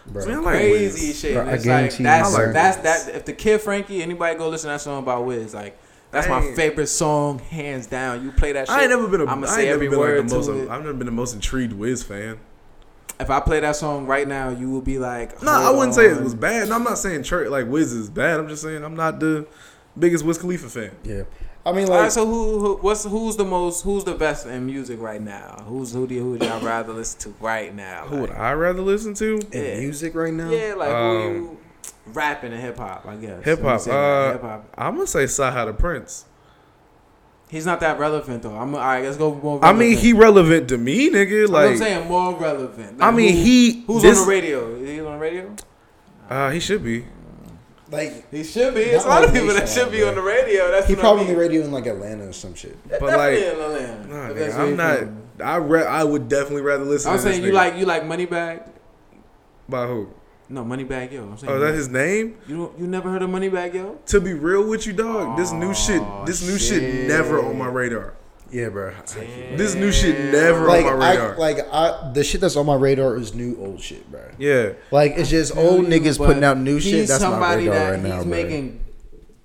[SPEAKER 2] Bro.
[SPEAKER 1] Man, I like
[SPEAKER 3] crazy
[SPEAKER 1] Wiz.
[SPEAKER 3] shit
[SPEAKER 2] Bro,
[SPEAKER 3] And
[SPEAKER 2] I
[SPEAKER 3] it's like
[SPEAKER 2] guarantee you,
[SPEAKER 3] that's
[SPEAKER 1] bro.
[SPEAKER 3] that's that if the Kid Frankie anybody go listen to that song about Wiz like. That's my
[SPEAKER 1] Dang.
[SPEAKER 3] favorite song, hands down. You play that shit.
[SPEAKER 1] I ain't never been a.
[SPEAKER 3] I'ma
[SPEAKER 1] I
[SPEAKER 3] say
[SPEAKER 1] ain't never
[SPEAKER 3] every
[SPEAKER 1] been like the
[SPEAKER 3] word to
[SPEAKER 1] most.
[SPEAKER 3] it.
[SPEAKER 1] I've never been the most intrigued Wiz fan.
[SPEAKER 3] If I play that song right now, you will be like,
[SPEAKER 1] No, I
[SPEAKER 3] "Hold
[SPEAKER 1] wouldn't say it
[SPEAKER 3] on."
[SPEAKER 1] was bad. And I'm not saying Church like Wiz is bad. I'm just saying I'm not the biggest Wiz Khalifa fan.
[SPEAKER 2] Yeah, I mean
[SPEAKER 3] All
[SPEAKER 2] like
[SPEAKER 3] right, so who, who what's who's the most who's the best in music right now? Who's who do you, who would y'all rather listen to right now?
[SPEAKER 1] Who would
[SPEAKER 3] Like,
[SPEAKER 1] I rather listen to?
[SPEAKER 2] in
[SPEAKER 3] yeah.
[SPEAKER 2] music right now.
[SPEAKER 3] Yeah, like who
[SPEAKER 1] Um,
[SPEAKER 3] you rapping and hip hop? I guess
[SPEAKER 1] Hip hop. Uh,
[SPEAKER 3] hip hop.
[SPEAKER 1] I'm gonna say Saha the Prince.
[SPEAKER 3] He's not that relevant though. I'm all right. Let's go more. Relevant.
[SPEAKER 1] I mean, he relevant to me, nigga.
[SPEAKER 3] Like, I'm
[SPEAKER 1] Like,
[SPEAKER 3] saying more relevant.
[SPEAKER 1] I
[SPEAKER 3] Like,
[SPEAKER 1] mean,
[SPEAKER 3] who-
[SPEAKER 1] he.
[SPEAKER 3] Who's
[SPEAKER 1] this-
[SPEAKER 3] on the radio? Is he on the radio?
[SPEAKER 1] Uh, he should be.
[SPEAKER 2] Like
[SPEAKER 3] He should be.
[SPEAKER 2] Not
[SPEAKER 3] There's a lot of
[SPEAKER 2] like
[SPEAKER 3] people that
[SPEAKER 2] Nation,
[SPEAKER 3] should be
[SPEAKER 2] bro.
[SPEAKER 3] on the radio. That's
[SPEAKER 2] he
[SPEAKER 3] what
[SPEAKER 2] probably
[SPEAKER 3] I
[SPEAKER 2] on the
[SPEAKER 3] mean.
[SPEAKER 2] radio in like Atlanta or some shit.
[SPEAKER 1] But,
[SPEAKER 3] Definitely
[SPEAKER 1] like,
[SPEAKER 3] in
[SPEAKER 1] Nah,
[SPEAKER 3] Atlanta, if
[SPEAKER 1] nigga,
[SPEAKER 3] that's where
[SPEAKER 1] I'm
[SPEAKER 3] he
[SPEAKER 1] not.
[SPEAKER 3] from.
[SPEAKER 1] I re- I would definitely rather listen.
[SPEAKER 3] I'm
[SPEAKER 1] to this
[SPEAKER 3] saying you
[SPEAKER 1] nigga.
[SPEAKER 3] like you like Moneybag.
[SPEAKER 1] by who?
[SPEAKER 3] No, Moneybag Yo. I'm saying
[SPEAKER 1] Oh,
[SPEAKER 3] you
[SPEAKER 1] that's
[SPEAKER 3] like-
[SPEAKER 1] his name.
[SPEAKER 3] You don't, you never heard of Moneybag Yo?
[SPEAKER 1] To be real with you, dog, this new shit,
[SPEAKER 3] Aw,
[SPEAKER 1] this new Oh, shit,
[SPEAKER 3] shit.
[SPEAKER 1] never on my radar.
[SPEAKER 2] Yeah, bro.
[SPEAKER 1] This new shit never
[SPEAKER 2] Like
[SPEAKER 1] on my radar.
[SPEAKER 2] I like I the shit that's on my radar is new old shit, bro.
[SPEAKER 1] yeah,
[SPEAKER 2] Like it's just
[SPEAKER 3] feel
[SPEAKER 2] old
[SPEAKER 3] you,
[SPEAKER 2] niggas
[SPEAKER 3] but
[SPEAKER 2] putting out new shit.
[SPEAKER 3] he's
[SPEAKER 2] That's my
[SPEAKER 3] somebody
[SPEAKER 2] radar
[SPEAKER 3] that
[SPEAKER 2] right now,
[SPEAKER 3] he's
[SPEAKER 2] bro.
[SPEAKER 3] making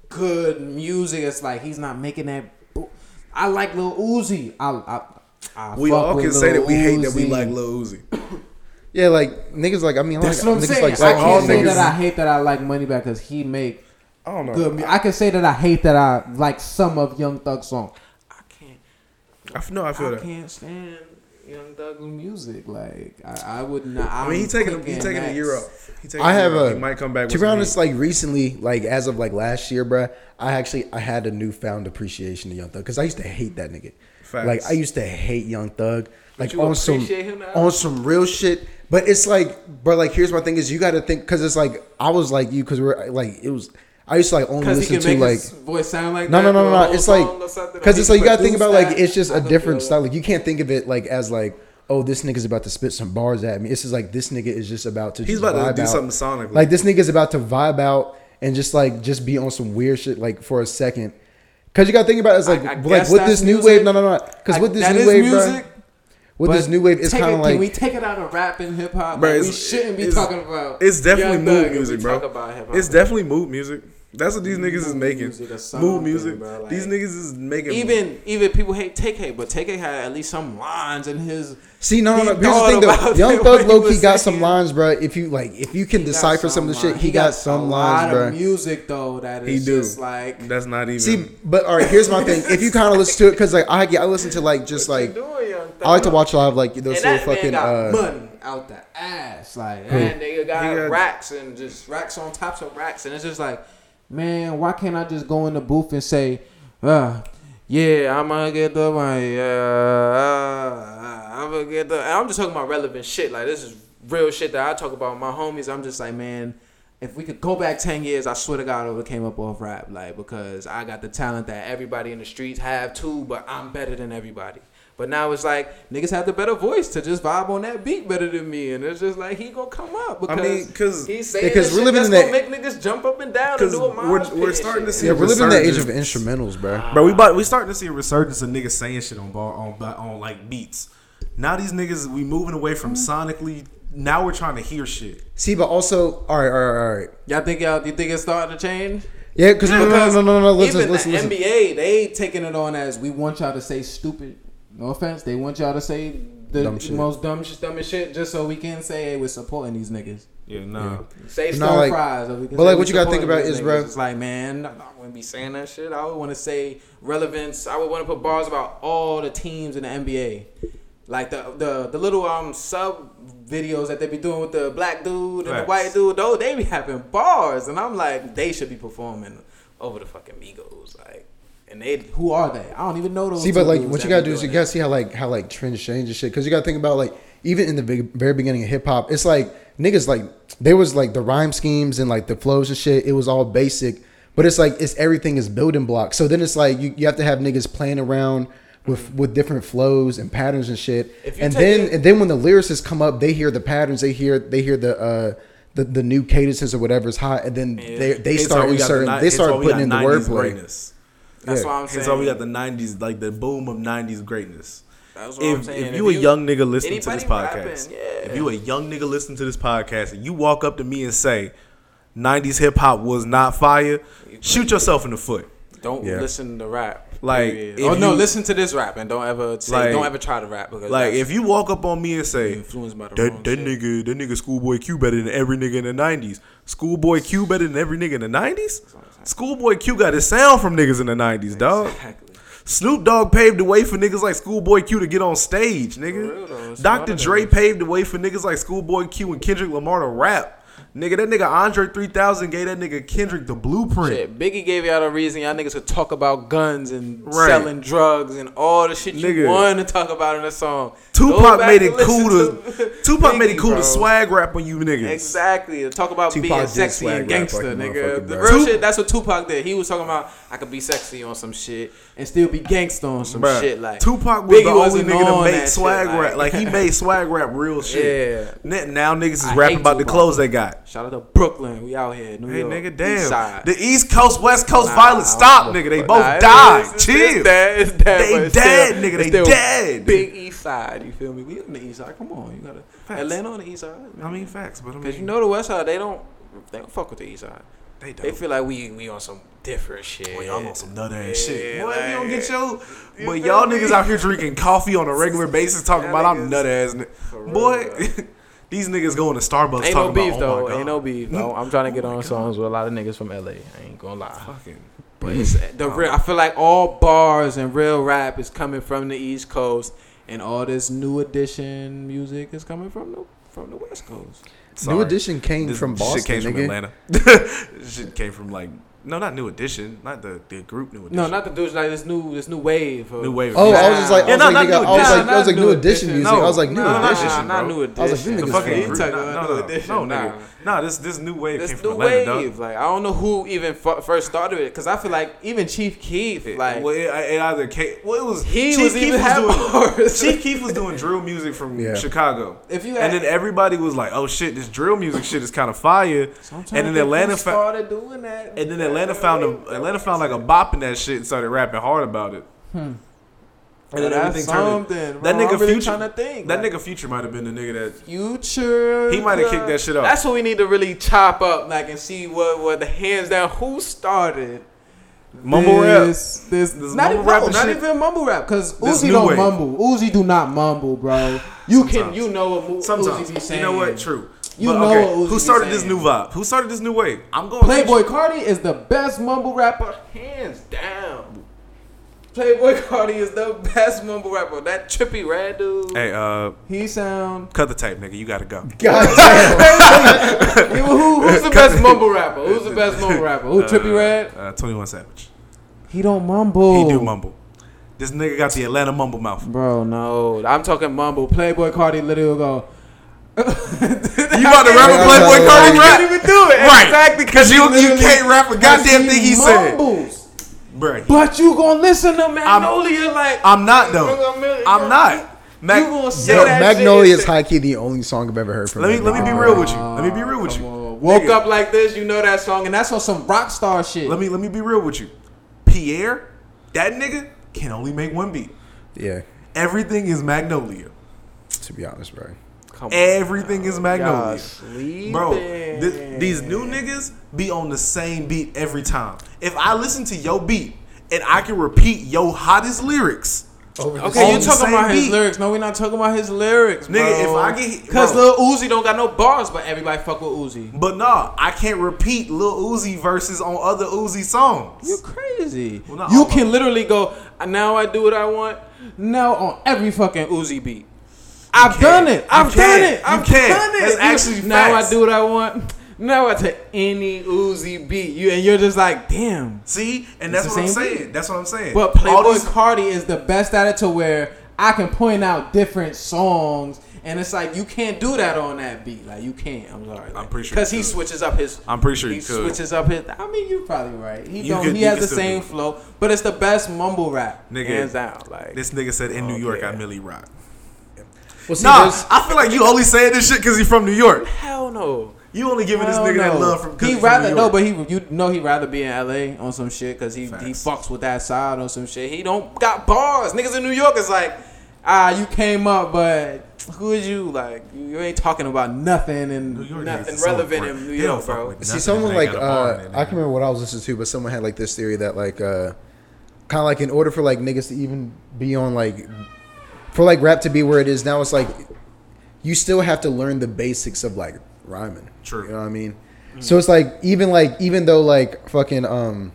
[SPEAKER 3] good music. It's like he's not making that. bo- I like Lil Uzi. I, I, I
[SPEAKER 1] we
[SPEAKER 3] fuck
[SPEAKER 1] all
[SPEAKER 3] with
[SPEAKER 1] can say
[SPEAKER 3] Lil
[SPEAKER 1] that we hate that we
[SPEAKER 3] Uzi.
[SPEAKER 1] like Lil Uzi.
[SPEAKER 2] Yeah, like niggas like I mean, I
[SPEAKER 3] That's
[SPEAKER 2] like,
[SPEAKER 3] what I'm
[SPEAKER 2] niggas
[SPEAKER 3] saying.
[SPEAKER 2] like
[SPEAKER 3] I
[SPEAKER 1] like all
[SPEAKER 3] can't say
[SPEAKER 1] niggas-
[SPEAKER 3] that I hate that I like Moneybag because he make
[SPEAKER 1] I don't know.
[SPEAKER 3] good. mu- I can say that I hate that I like some of Young Thug's song. I can't.
[SPEAKER 1] I f- no, I feel
[SPEAKER 3] I
[SPEAKER 1] that.
[SPEAKER 3] can't stand Young Thug's music. Like I, I would not.
[SPEAKER 1] I mean, he
[SPEAKER 3] I'm
[SPEAKER 1] taking a, he
[SPEAKER 3] clicking
[SPEAKER 1] taking a year
[SPEAKER 3] next.
[SPEAKER 1] off. He taking
[SPEAKER 2] I have
[SPEAKER 1] year off.
[SPEAKER 2] a.
[SPEAKER 1] He might come back.
[SPEAKER 2] To
[SPEAKER 1] with
[SPEAKER 2] be
[SPEAKER 1] some
[SPEAKER 2] honest,
[SPEAKER 1] heat.
[SPEAKER 2] like recently, like as of like last year, bruh, I actually I had a newfound appreciation to Young Thug because I used to hate that nigga.
[SPEAKER 1] Facts.
[SPEAKER 2] Like I used to hate Young Thug. Like
[SPEAKER 3] you
[SPEAKER 2] on some
[SPEAKER 3] appreciate him now?
[SPEAKER 2] on some real shit. But it's like, bro, like here's my thing is you got to think because it's like I was like you because we're like it was I used to like only
[SPEAKER 3] Because he
[SPEAKER 2] listen
[SPEAKER 3] can
[SPEAKER 2] to
[SPEAKER 3] make
[SPEAKER 2] like
[SPEAKER 3] his voice sound like
[SPEAKER 2] no,
[SPEAKER 3] that
[SPEAKER 2] no, no,
[SPEAKER 3] through a
[SPEAKER 2] no, no.
[SPEAKER 3] whole
[SPEAKER 2] It's like
[SPEAKER 3] song or something, or
[SPEAKER 2] because
[SPEAKER 3] he
[SPEAKER 2] it's like you gotta think
[SPEAKER 3] produced
[SPEAKER 2] about like
[SPEAKER 3] that.
[SPEAKER 2] it's just
[SPEAKER 3] I
[SPEAKER 2] a
[SPEAKER 3] don't
[SPEAKER 2] different
[SPEAKER 3] feel
[SPEAKER 2] style.
[SPEAKER 3] that.
[SPEAKER 2] Like you can't think of it like as like oh this nigga's about to spit some bars at me. It's just like this nigga is just about to
[SPEAKER 1] He's
[SPEAKER 2] just
[SPEAKER 1] about to
[SPEAKER 2] vibe
[SPEAKER 1] do
[SPEAKER 2] out.
[SPEAKER 1] something sonically.
[SPEAKER 2] Like this nigga's about to vibe out and just like just be on some weird shit like for a second. Cause you gotta think about it, it's like
[SPEAKER 3] I- I
[SPEAKER 2] like
[SPEAKER 3] guess
[SPEAKER 2] with
[SPEAKER 3] that's
[SPEAKER 2] this new
[SPEAKER 3] music.
[SPEAKER 2] wave. No, no, no. Cause
[SPEAKER 3] Like,
[SPEAKER 2] with this
[SPEAKER 3] that
[SPEAKER 2] new
[SPEAKER 3] is
[SPEAKER 2] wave,
[SPEAKER 3] music,
[SPEAKER 2] bro. With
[SPEAKER 3] but
[SPEAKER 2] this new wave, it's
[SPEAKER 3] take
[SPEAKER 2] kind of
[SPEAKER 3] it-
[SPEAKER 2] like
[SPEAKER 3] can we take it out of rap and hip hop?
[SPEAKER 1] Bro,
[SPEAKER 3] Like, we
[SPEAKER 1] it's-
[SPEAKER 3] shouldn't be
[SPEAKER 1] it's-
[SPEAKER 3] talking about.
[SPEAKER 1] It's definitely
[SPEAKER 3] Young Thug
[SPEAKER 1] mood
[SPEAKER 3] if
[SPEAKER 1] music,
[SPEAKER 3] we
[SPEAKER 1] bro.
[SPEAKER 3] Talk about hip-hop.
[SPEAKER 1] It's definitely mood music. That's what these
[SPEAKER 3] Mood
[SPEAKER 1] niggas is making.
[SPEAKER 3] music or
[SPEAKER 1] mood
[SPEAKER 3] something,
[SPEAKER 1] music.
[SPEAKER 3] bro, like-
[SPEAKER 1] these niggas is making
[SPEAKER 3] even even people hate Take K, but Take K had at least some lines in his.
[SPEAKER 2] See, no, no,
[SPEAKER 3] He
[SPEAKER 2] no. Here's the
[SPEAKER 3] thought
[SPEAKER 2] thing, though.
[SPEAKER 3] about
[SPEAKER 2] Young
[SPEAKER 3] it
[SPEAKER 2] Thug
[SPEAKER 3] when he
[SPEAKER 2] low key
[SPEAKER 3] was
[SPEAKER 2] got
[SPEAKER 3] saying
[SPEAKER 2] some lines, bro. If you like, if you can
[SPEAKER 3] he got
[SPEAKER 2] decipher some of the shit,
[SPEAKER 3] line-
[SPEAKER 2] he got some lines,
[SPEAKER 3] A lot of
[SPEAKER 2] bro.
[SPEAKER 3] music though that
[SPEAKER 1] He
[SPEAKER 3] is
[SPEAKER 1] do.
[SPEAKER 3] just like
[SPEAKER 1] That's not even.
[SPEAKER 2] See, but all right, here's my thing. If you kind of listen to it, because like I, I listen to like just
[SPEAKER 3] What you
[SPEAKER 2] like
[SPEAKER 3] doing, young
[SPEAKER 2] I like to
[SPEAKER 3] thug?
[SPEAKER 2] watch live like those
[SPEAKER 3] And
[SPEAKER 2] little
[SPEAKER 3] that man
[SPEAKER 2] fucking.
[SPEAKER 3] got
[SPEAKER 2] Uh,
[SPEAKER 3] money out the ass, like and nigga got,
[SPEAKER 1] He got-
[SPEAKER 3] racks and just racks on tops of racks, and it's just like, man, why can't I just go in the booth and say, uh, yeah, I'm gonna get the money, uh, uh, I'm gonna get the. and I'm just talking about relevant shit, like this is real shit that I talk about with my homies. I'm just like, man. If we could go back ten years, I swear to God, I would have came up off rap, like because I got the talent that everybody in the streets have too, but I'm better than everybody. But now it's like niggas have the better voice to just vibe on that beat better than me, and it's just like he gonna come up
[SPEAKER 1] I
[SPEAKER 3] because
[SPEAKER 1] mean, because
[SPEAKER 3] he's saying because
[SPEAKER 2] because we're
[SPEAKER 3] we're
[SPEAKER 2] living
[SPEAKER 3] that's
[SPEAKER 2] in
[SPEAKER 3] gonna make niggas jump up and down and
[SPEAKER 1] 'cause
[SPEAKER 3] do a mosh
[SPEAKER 1] we're- we're
[SPEAKER 3] pit
[SPEAKER 1] starting to
[SPEAKER 3] and
[SPEAKER 1] see
[SPEAKER 2] yeah,
[SPEAKER 3] shit.
[SPEAKER 2] we're living in the age of
[SPEAKER 1] Resurgence.
[SPEAKER 2] instrumentals, bro.
[SPEAKER 1] Bro, we about we starting to see a resurgence of niggas saying shit on bar on ba- on like beats. Now these niggas we moving away from
[SPEAKER 3] Mm-hmm.
[SPEAKER 1] sonically. Now we're trying to hear shit.
[SPEAKER 2] See, but also, all right, all right, all right.
[SPEAKER 3] Y'all think y'all you think it's starting to change?
[SPEAKER 2] Yeah, because no, no, no, no, no, no. Listen,
[SPEAKER 3] even
[SPEAKER 2] listen,
[SPEAKER 3] the
[SPEAKER 2] listen.
[SPEAKER 3] NBA, they taking it on as we want y'all to say stupid. No offense, they want y'all to say the
[SPEAKER 2] Dumb shit.
[SPEAKER 3] most dumb, sh- dumbest shit just so we can say hey, we're supporting these niggas.
[SPEAKER 1] Yeah, nah.
[SPEAKER 3] Say
[SPEAKER 2] But
[SPEAKER 3] stir
[SPEAKER 2] not like-
[SPEAKER 3] fries. Or we can
[SPEAKER 2] but
[SPEAKER 3] say
[SPEAKER 2] like,
[SPEAKER 3] we
[SPEAKER 2] what you gotta think
[SPEAKER 3] supporting
[SPEAKER 2] about
[SPEAKER 3] these
[SPEAKER 2] is, bro-
[SPEAKER 3] niggas. It's like, man, I I wouldn't be saying that shit. I would want to say relevance. I would want to put bars about all the teams in the NBA. Like the the the little um sub videos that they be doing with the black dude and the
[SPEAKER 1] Facts.
[SPEAKER 3] white dude. Though they be having bars, and I'm like, they should be performing over the fucking Migos. Like, and they who are they? I don't even know those.
[SPEAKER 2] See, but
[SPEAKER 3] two
[SPEAKER 2] like,
[SPEAKER 3] dudes
[SPEAKER 2] what you
[SPEAKER 3] that
[SPEAKER 2] gotta
[SPEAKER 3] be
[SPEAKER 2] do is you
[SPEAKER 3] doing
[SPEAKER 2] gotta see how like how like trends change and shit. Because you gotta think about like even in the big, very beginning of hip hop, it's like niggas like there was like the rhyme schemes and like the flows and shit. It was all basic, but it's like it's everything is building blocks. So then it's like you, you have to have niggas playing around. With, with different flows and patterns and shit,
[SPEAKER 3] If you
[SPEAKER 2] and
[SPEAKER 3] take
[SPEAKER 2] then
[SPEAKER 3] it-
[SPEAKER 2] and then when the lyricists come up, they hear the patterns, they hear they hear the uh, the, the new cadences or whatever's hot, and then they they
[SPEAKER 1] Hence
[SPEAKER 2] start
[SPEAKER 1] why we got
[SPEAKER 2] inserting,
[SPEAKER 1] ni-
[SPEAKER 2] they
[SPEAKER 1] hence why
[SPEAKER 2] start
[SPEAKER 1] we got
[SPEAKER 2] putting in the
[SPEAKER 1] 90s
[SPEAKER 2] wordplay.
[SPEAKER 1] Greatness.
[SPEAKER 3] it. That's
[SPEAKER 2] yeah.
[SPEAKER 3] what I'm saying.
[SPEAKER 1] Hence why we got the '90s, like the boom of '90s greatness.
[SPEAKER 3] That's what I'm
[SPEAKER 1] If,
[SPEAKER 3] saying.
[SPEAKER 1] if you a young nigga listening to this
[SPEAKER 3] anybody
[SPEAKER 1] podcast,
[SPEAKER 3] rapping, yeah.
[SPEAKER 1] if you a young nigga listening to this podcast, and you walk up to me and say '90s hip hop was not fire, shoot yourself in the foot.
[SPEAKER 3] Don't
[SPEAKER 2] Yeah.
[SPEAKER 3] listen to rap.
[SPEAKER 1] Like,
[SPEAKER 3] period.
[SPEAKER 1] if
[SPEAKER 3] oh no,
[SPEAKER 1] you-
[SPEAKER 3] listen to this rap and don't ever say,
[SPEAKER 1] Like-
[SPEAKER 3] don't ever try to rap because
[SPEAKER 1] Like
[SPEAKER 3] that's
[SPEAKER 1] if you walk up on me and say
[SPEAKER 3] influenced by the wrong
[SPEAKER 1] that, that
[SPEAKER 3] shit.
[SPEAKER 1] nigga, that nigga Schoolboy Q better than every nigga in the '90s. Schoolboy Q better than every nigga in the '90s. Schoolboy Q got his sound from niggas in the '90s, dog.
[SPEAKER 3] Exactly.
[SPEAKER 1] Snoop Dogg paved the way for niggas like Schoolboy Q to get on stage,
[SPEAKER 3] For real, though,
[SPEAKER 1] nigga.
[SPEAKER 3] it's
[SPEAKER 1] Dr.
[SPEAKER 3] a lot of
[SPEAKER 1] Dre
[SPEAKER 3] niggas.
[SPEAKER 1] paved the way for niggas like Schoolboy Q and Kendrick Lamar to rap, nigga. That nigga Andre 3000 gave that nigga Kendrick the blueprint.
[SPEAKER 3] Shit, Biggie gave y'all the reason y'all niggas could talk about guns and
[SPEAKER 1] Right.
[SPEAKER 3] selling drugs and all the shit you
[SPEAKER 1] Nigga.
[SPEAKER 3] want to talk about in a song. Go
[SPEAKER 1] Tupac
[SPEAKER 3] back
[SPEAKER 1] made
[SPEAKER 3] and
[SPEAKER 1] it cool to,
[SPEAKER 3] listen
[SPEAKER 1] Tupac made
[SPEAKER 3] Biggie,
[SPEAKER 1] it cool
[SPEAKER 3] bro.
[SPEAKER 1] to swag rap on you niggas.
[SPEAKER 3] Exactly. To talk about
[SPEAKER 2] Tupac
[SPEAKER 3] being
[SPEAKER 2] did
[SPEAKER 3] sexy
[SPEAKER 2] swag
[SPEAKER 3] and
[SPEAKER 2] rap
[SPEAKER 3] gangster,
[SPEAKER 2] like a
[SPEAKER 3] nigga.
[SPEAKER 2] motherfucker,
[SPEAKER 3] The
[SPEAKER 2] bro.
[SPEAKER 3] real
[SPEAKER 1] Tup-
[SPEAKER 3] shit, that's what Tupac did. He was talking about I could be sexy on some shit and still be gangster on some
[SPEAKER 1] Bruh,
[SPEAKER 3] shit. Like
[SPEAKER 1] Tupac was
[SPEAKER 3] Biggie
[SPEAKER 1] the only
[SPEAKER 3] wasn't
[SPEAKER 1] nigga
[SPEAKER 3] on
[SPEAKER 1] that
[SPEAKER 3] that
[SPEAKER 1] made
[SPEAKER 3] shit,
[SPEAKER 1] swag
[SPEAKER 3] like-
[SPEAKER 1] rap. Like he made swag rap real shit.
[SPEAKER 3] Yeah.
[SPEAKER 1] Yeah. Now niggas is
[SPEAKER 3] I
[SPEAKER 1] rapping
[SPEAKER 3] hate
[SPEAKER 1] about the
[SPEAKER 3] Tupac.
[SPEAKER 1] clothes they got.
[SPEAKER 3] Shout out to Brooklyn. We out here. New
[SPEAKER 1] Hey
[SPEAKER 3] York.
[SPEAKER 1] nigga,
[SPEAKER 3] East
[SPEAKER 1] damn.
[SPEAKER 3] side.
[SPEAKER 1] The East Coast, West Coast
[SPEAKER 3] Nah,
[SPEAKER 1] violence
[SPEAKER 3] I don't
[SPEAKER 1] stop,
[SPEAKER 3] give
[SPEAKER 1] nigga.
[SPEAKER 3] a
[SPEAKER 1] They
[SPEAKER 3] fuck.
[SPEAKER 1] both
[SPEAKER 3] Nah, it's-
[SPEAKER 1] died.
[SPEAKER 3] it's- it's-
[SPEAKER 1] Chill.
[SPEAKER 3] It's dead. It's dead.
[SPEAKER 1] They
[SPEAKER 3] but it's
[SPEAKER 1] dead,
[SPEAKER 3] still-
[SPEAKER 1] nigga,
[SPEAKER 3] it's
[SPEAKER 1] they
[SPEAKER 3] still
[SPEAKER 1] dead.
[SPEAKER 3] Big East Side. You feel me? We on the East Side. Come on, you gotta
[SPEAKER 1] Facts.
[SPEAKER 3] Atlanta on the East Side.
[SPEAKER 1] I mean facts, but I mean
[SPEAKER 3] Cause you know the West Side, they don't, they don't fuck with the East Side.
[SPEAKER 1] they
[SPEAKER 3] They
[SPEAKER 1] don't.
[SPEAKER 3] feel like we we on some different shit.
[SPEAKER 1] Boy, y'all on some nut ass
[SPEAKER 3] Yeah,
[SPEAKER 1] shit. Boy,
[SPEAKER 3] like-
[SPEAKER 1] you don't get your.
[SPEAKER 3] You
[SPEAKER 1] But
[SPEAKER 3] feel
[SPEAKER 1] y'all
[SPEAKER 3] me?
[SPEAKER 1] niggas out here drinking coffee on a regular basis, talking
[SPEAKER 3] Y'all
[SPEAKER 1] about I'm
[SPEAKER 3] niggas-
[SPEAKER 1] nut ass.
[SPEAKER 3] real,
[SPEAKER 1] Boy, these niggas going to Starbucks
[SPEAKER 3] Ain't no
[SPEAKER 1] talking
[SPEAKER 3] beef
[SPEAKER 1] about oh
[SPEAKER 3] though.
[SPEAKER 1] my God. Oh
[SPEAKER 3] Ain't no beef. though. I'm trying to get on songs with a lot of niggas from LA. I ain't gonna lie.
[SPEAKER 1] Fucking.
[SPEAKER 3] But it's the real. I feel like all bars and real rap is coming from the East Coast, and all this new edition music is coming from the from the West Coast.
[SPEAKER 1] Sorry.
[SPEAKER 2] New Edition came
[SPEAKER 1] This
[SPEAKER 2] from Boston,
[SPEAKER 1] Shit came
[SPEAKER 2] nigga.
[SPEAKER 1] from Atlanta. shit came from like no, not New Edition, not the, the group New Edition.
[SPEAKER 3] No, not the dudes like this new this new wave. Of,
[SPEAKER 1] New Wave.
[SPEAKER 2] Oh, I
[SPEAKER 3] Nah.
[SPEAKER 2] was just like, I
[SPEAKER 1] Yeah,
[SPEAKER 2] was
[SPEAKER 1] no,
[SPEAKER 2] like,
[SPEAKER 1] not
[SPEAKER 2] nigga,
[SPEAKER 1] New
[SPEAKER 2] I was
[SPEAKER 1] Edition.
[SPEAKER 2] like, I was like, new edition music. I
[SPEAKER 1] No.
[SPEAKER 2] was like, new
[SPEAKER 1] Nah,
[SPEAKER 2] edition.
[SPEAKER 1] nah,
[SPEAKER 3] not
[SPEAKER 1] bro.
[SPEAKER 3] new edition.
[SPEAKER 2] I was like,
[SPEAKER 1] the
[SPEAKER 2] niggas
[SPEAKER 1] fucking
[SPEAKER 2] He
[SPEAKER 1] group.
[SPEAKER 3] talking
[SPEAKER 1] No,
[SPEAKER 3] about
[SPEAKER 1] no,
[SPEAKER 3] New
[SPEAKER 1] no,
[SPEAKER 3] Edition,
[SPEAKER 1] no, nigga.
[SPEAKER 3] nah.
[SPEAKER 1] Nah, this this New Wave came
[SPEAKER 3] This
[SPEAKER 1] from
[SPEAKER 3] new
[SPEAKER 1] Atlanta, dog.
[SPEAKER 3] wave, like I don't know who even fu- first started it, cause I feel like even Chief Keef,
[SPEAKER 1] It-
[SPEAKER 3] like
[SPEAKER 1] well, it, it either came. Well, it was
[SPEAKER 3] He
[SPEAKER 1] Chief
[SPEAKER 3] was
[SPEAKER 1] Keef
[SPEAKER 3] even had
[SPEAKER 1] doing
[SPEAKER 3] bars.
[SPEAKER 1] Chief Keef was doing drill music from
[SPEAKER 2] Yeah.
[SPEAKER 1] Chicago.
[SPEAKER 3] If you
[SPEAKER 1] and
[SPEAKER 3] had-
[SPEAKER 1] then everybody was like, "Oh shit, this drill music shit is kind of fire."
[SPEAKER 3] I'm trying to
[SPEAKER 1] And then
[SPEAKER 3] think who
[SPEAKER 1] Atlanta, fa-
[SPEAKER 3] started doing that.
[SPEAKER 1] and then
[SPEAKER 3] Like,
[SPEAKER 1] Atlanta found a, Atlanta found like a bop in that shit and started rapping hard about it. And then
[SPEAKER 3] that's
[SPEAKER 1] everything turned. That
[SPEAKER 3] something. bro.
[SPEAKER 1] nigga
[SPEAKER 3] I'm really
[SPEAKER 1] Future-
[SPEAKER 3] trying to think.
[SPEAKER 1] That
[SPEAKER 3] like,
[SPEAKER 1] nigga Future might have been the nigga that
[SPEAKER 3] Future.
[SPEAKER 1] He might have
[SPEAKER 3] bruh.
[SPEAKER 1] kicked that shit off.
[SPEAKER 3] That's what we need to really chop up, like, and see what what the hands down who started.
[SPEAKER 1] mumble rap.
[SPEAKER 3] this, This,
[SPEAKER 1] This
[SPEAKER 3] not
[SPEAKER 1] mumble
[SPEAKER 3] even,
[SPEAKER 1] rap
[SPEAKER 3] no,
[SPEAKER 1] and
[SPEAKER 3] not
[SPEAKER 1] shit.
[SPEAKER 3] even mumble rap, because
[SPEAKER 1] This
[SPEAKER 3] Uzi
[SPEAKER 1] new
[SPEAKER 3] don't
[SPEAKER 1] wave.
[SPEAKER 3] mumble. Uzi do not mumble, bro. You can,
[SPEAKER 1] Sometimes.
[SPEAKER 3] you know what mu-
[SPEAKER 1] Sometimes
[SPEAKER 3] Uzi be saying.
[SPEAKER 1] you know what? True.
[SPEAKER 3] You
[SPEAKER 1] but,
[SPEAKER 3] know
[SPEAKER 1] okay,
[SPEAKER 3] what Uzi
[SPEAKER 1] who
[SPEAKER 3] be
[SPEAKER 1] started this
[SPEAKER 3] saying.
[SPEAKER 1] new vibe? Who started this new wave? I'm going
[SPEAKER 3] Playboy Cardi is the best mumble rapper, hands down. Playboy Cardi is the best mumble rapper. That trippy red dude.
[SPEAKER 1] Hey, uh,
[SPEAKER 3] He sound.
[SPEAKER 1] cut the tape, nigga. You gotta go.
[SPEAKER 2] God
[SPEAKER 3] Who- who- who's the best mumble rapper? Who's the best mumble rapper? Who trippy red?
[SPEAKER 1] Uh, Twenty One Savage.
[SPEAKER 3] He don't mumble.
[SPEAKER 1] He do mumble. This nigga got the Atlanta mumble mouth.
[SPEAKER 3] Bro, no. I'm talking mumble. Playboy Cardi literally go. you about to
[SPEAKER 1] about to rap
[SPEAKER 2] a Playboy
[SPEAKER 1] rap?
[SPEAKER 2] Carti
[SPEAKER 3] You can't even do it.
[SPEAKER 1] Right.
[SPEAKER 3] Exactly.
[SPEAKER 1] Because you, you
[SPEAKER 3] literally-
[SPEAKER 1] can't rap a goddamn thing he said.
[SPEAKER 3] mumbles.
[SPEAKER 1] Bruh.
[SPEAKER 3] But you gonna listen to Magnolia like
[SPEAKER 1] I'm not, though. I'm not. Mac-
[SPEAKER 3] You gonna say
[SPEAKER 1] Yo,
[SPEAKER 3] that
[SPEAKER 2] Magnolia
[SPEAKER 3] shit.
[SPEAKER 2] is high key the only song I've ever heard from.
[SPEAKER 1] Let me, let me be real with you. Let me be
[SPEAKER 3] Ah,
[SPEAKER 1] real with
[SPEAKER 3] come
[SPEAKER 1] you.
[SPEAKER 3] on. Woke
[SPEAKER 1] Nigga.
[SPEAKER 3] up like this, you know that song, and that's on some rock star shit.
[SPEAKER 1] Let me let me be real with you. Pierre, that nigga can only make one beat.
[SPEAKER 2] Yeah,
[SPEAKER 1] Everything is Magnolia.
[SPEAKER 2] to be honest, bro.
[SPEAKER 3] Come on.
[SPEAKER 1] Everything is Magnolia.
[SPEAKER 3] Y'all sleeping.
[SPEAKER 1] Bro, thi- these new niggas be on the same beat every time. If I listen to your beat and I can repeat your hottest lyrics,
[SPEAKER 3] Okay,
[SPEAKER 1] on
[SPEAKER 3] you
[SPEAKER 1] the
[SPEAKER 3] talking
[SPEAKER 1] same
[SPEAKER 3] about his
[SPEAKER 1] beat.
[SPEAKER 3] lyrics? No, we're not talking about his lyrics,
[SPEAKER 1] Nigga,
[SPEAKER 3] bro.
[SPEAKER 1] if I get-
[SPEAKER 3] because
[SPEAKER 1] bro.
[SPEAKER 3] Lil Uzi don't got no bars, but everybody fuck with Uzi.
[SPEAKER 1] but nah, I can't repeat Lil Uzi verses on other Uzi songs.
[SPEAKER 3] You crazy?
[SPEAKER 1] Well, not
[SPEAKER 3] you
[SPEAKER 1] all of
[SPEAKER 3] can literally go. Now I do what I want. Now on every fucking Uzi beat. I've
[SPEAKER 1] can.
[SPEAKER 3] done it.
[SPEAKER 1] You
[SPEAKER 3] I've
[SPEAKER 1] can.
[SPEAKER 3] done it.
[SPEAKER 1] You
[SPEAKER 3] I've
[SPEAKER 1] can.
[SPEAKER 3] done it.
[SPEAKER 1] That's
[SPEAKER 3] You-
[SPEAKER 1] actually
[SPEAKER 3] now
[SPEAKER 1] facts.
[SPEAKER 3] I do what I want. Now I take any Uzi beat. You and you're just like, damn.
[SPEAKER 1] See, and
[SPEAKER 3] It's
[SPEAKER 1] that's
[SPEAKER 3] the
[SPEAKER 1] what I'm
[SPEAKER 3] same
[SPEAKER 1] saying.
[SPEAKER 3] beat.
[SPEAKER 1] That's what I'm saying.
[SPEAKER 3] But
[SPEAKER 1] All
[SPEAKER 3] Playboy
[SPEAKER 1] these-
[SPEAKER 3] Cardi is the best at it to where I can point out different songs, and it's like you can't do that on that beat. Like you can't. I'm sorry.
[SPEAKER 1] I'm pretty sure
[SPEAKER 3] because
[SPEAKER 1] you
[SPEAKER 3] he
[SPEAKER 1] could.
[SPEAKER 3] switches up his.
[SPEAKER 1] I'm pretty sure
[SPEAKER 3] he
[SPEAKER 1] you could.
[SPEAKER 3] switches up his. I mean, you're probably right. He
[SPEAKER 1] You
[SPEAKER 3] don't.
[SPEAKER 1] could-
[SPEAKER 3] he
[SPEAKER 1] you
[SPEAKER 3] has
[SPEAKER 1] could
[SPEAKER 3] the
[SPEAKER 1] still do
[SPEAKER 3] same
[SPEAKER 1] it.
[SPEAKER 3] flow, but it's the best mumble rap.
[SPEAKER 1] Nigga.
[SPEAKER 3] hands down. Like
[SPEAKER 1] this nigga said in New
[SPEAKER 3] Oh,
[SPEAKER 1] York
[SPEAKER 3] yeah.
[SPEAKER 1] I Millie Rock.
[SPEAKER 2] Well, see,
[SPEAKER 1] Nah,
[SPEAKER 2] there's-
[SPEAKER 1] I feel like you only saying this shit because he's from New York.
[SPEAKER 3] hell no.
[SPEAKER 1] You only giving this
[SPEAKER 3] Hell
[SPEAKER 1] nigga that
[SPEAKER 3] no.
[SPEAKER 1] love from. 'cause
[SPEAKER 3] He
[SPEAKER 1] he's from
[SPEAKER 3] rather
[SPEAKER 1] New
[SPEAKER 3] no,
[SPEAKER 1] York.
[SPEAKER 3] but he you know he rather be in L.A. on some shit because he he
[SPEAKER 1] Facts.
[SPEAKER 3] fucks with that side on some shit. He don't got bars. Niggas in New York is like, ah, you came up, but who is you? Like you, you ain't talking about nothing and
[SPEAKER 1] New York
[SPEAKER 3] nothing
[SPEAKER 1] niggas so
[SPEAKER 3] relevant
[SPEAKER 1] important.
[SPEAKER 3] in New
[SPEAKER 1] They don't
[SPEAKER 3] York,
[SPEAKER 1] fuck
[SPEAKER 3] bro.
[SPEAKER 1] with
[SPEAKER 2] See,
[SPEAKER 1] nothing if
[SPEAKER 2] someone
[SPEAKER 1] they
[SPEAKER 2] like
[SPEAKER 1] got a bar
[SPEAKER 2] uh,
[SPEAKER 1] in it,
[SPEAKER 2] I
[SPEAKER 1] nigga.
[SPEAKER 2] can remember what I was listening to, but someone had like this theory that like uh, kind of like in order for like niggas to even be on like for like rap to be where it is now, it's like you still have to learn the basics of like rhyming.
[SPEAKER 1] True.
[SPEAKER 2] You know what I mean? So it's like even like even though like fucking um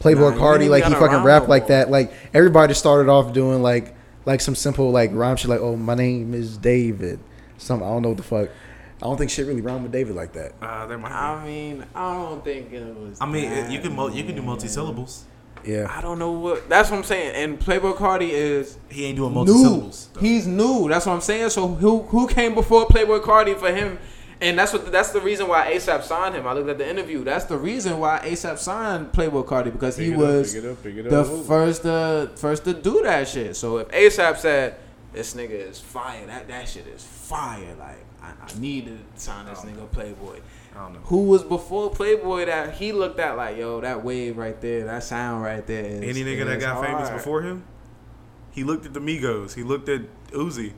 [SPEAKER 2] Playboy
[SPEAKER 3] Nah, you
[SPEAKER 2] Cardi
[SPEAKER 3] ain't
[SPEAKER 2] like he
[SPEAKER 3] gotta
[SPEAKER 2] fucking
[SPEAKER 3] rhyme
[SPEAKER 2] rap
[SPEAKER 3] no
[SPEAKER 2] like
[SPEAKER 3] more.
[SPEAKER 2] that, like everybody started off doing like like some simple like rhyme shit like oh my name is David. Some I don't know what the fuck. I don't think shit really rhymed with David like that.
[SPEAKER 1] uh, there might be.
[SPEAKER 3] I mean, I don't think it was.
[SPEAKER 1] I mean, it- you
[SPEAKER 3] that,
[SPEAKER 1] can mul- you can do
[SPEAKER 3] Oh, man.
[SPEAKER 1] multi syllables.
[SPEAKER 2] Yeah.
[SPEAKER 3] I don't know what. That's what I'm saying. And Playboy Cardi is
[SPEAKER 1] He ain't doing multi
[SPEAKER 3] new.
[SPEAKER 1] syllables.
[SPEAKER 3] He's new. That's what I'm saying. So who who came before Playboy Cardi for him? And that's what that's the reason why ASAP signed him. I looked at the interview. That's the reason why ASAP signed Playboy Cardi because he was the first uh, first to do that shit. So if ASAP said this nigga is fire, that that shit is fire. Like I, I need to sign this nigga Playboy.
[SPEAKER 1] I don't know.
[SPEAKER 3] Who was before Playboy that he looked at like yo that wave right there, that sound right there. is-
[SPEAKER 1] Any nigga that
[SPEAKER 3] is
[SPEAKER 1] got famous
[SPEAKER 3] hard.
[SPEAKER 1] before him, he looked at the Migos. He looked at Uzi,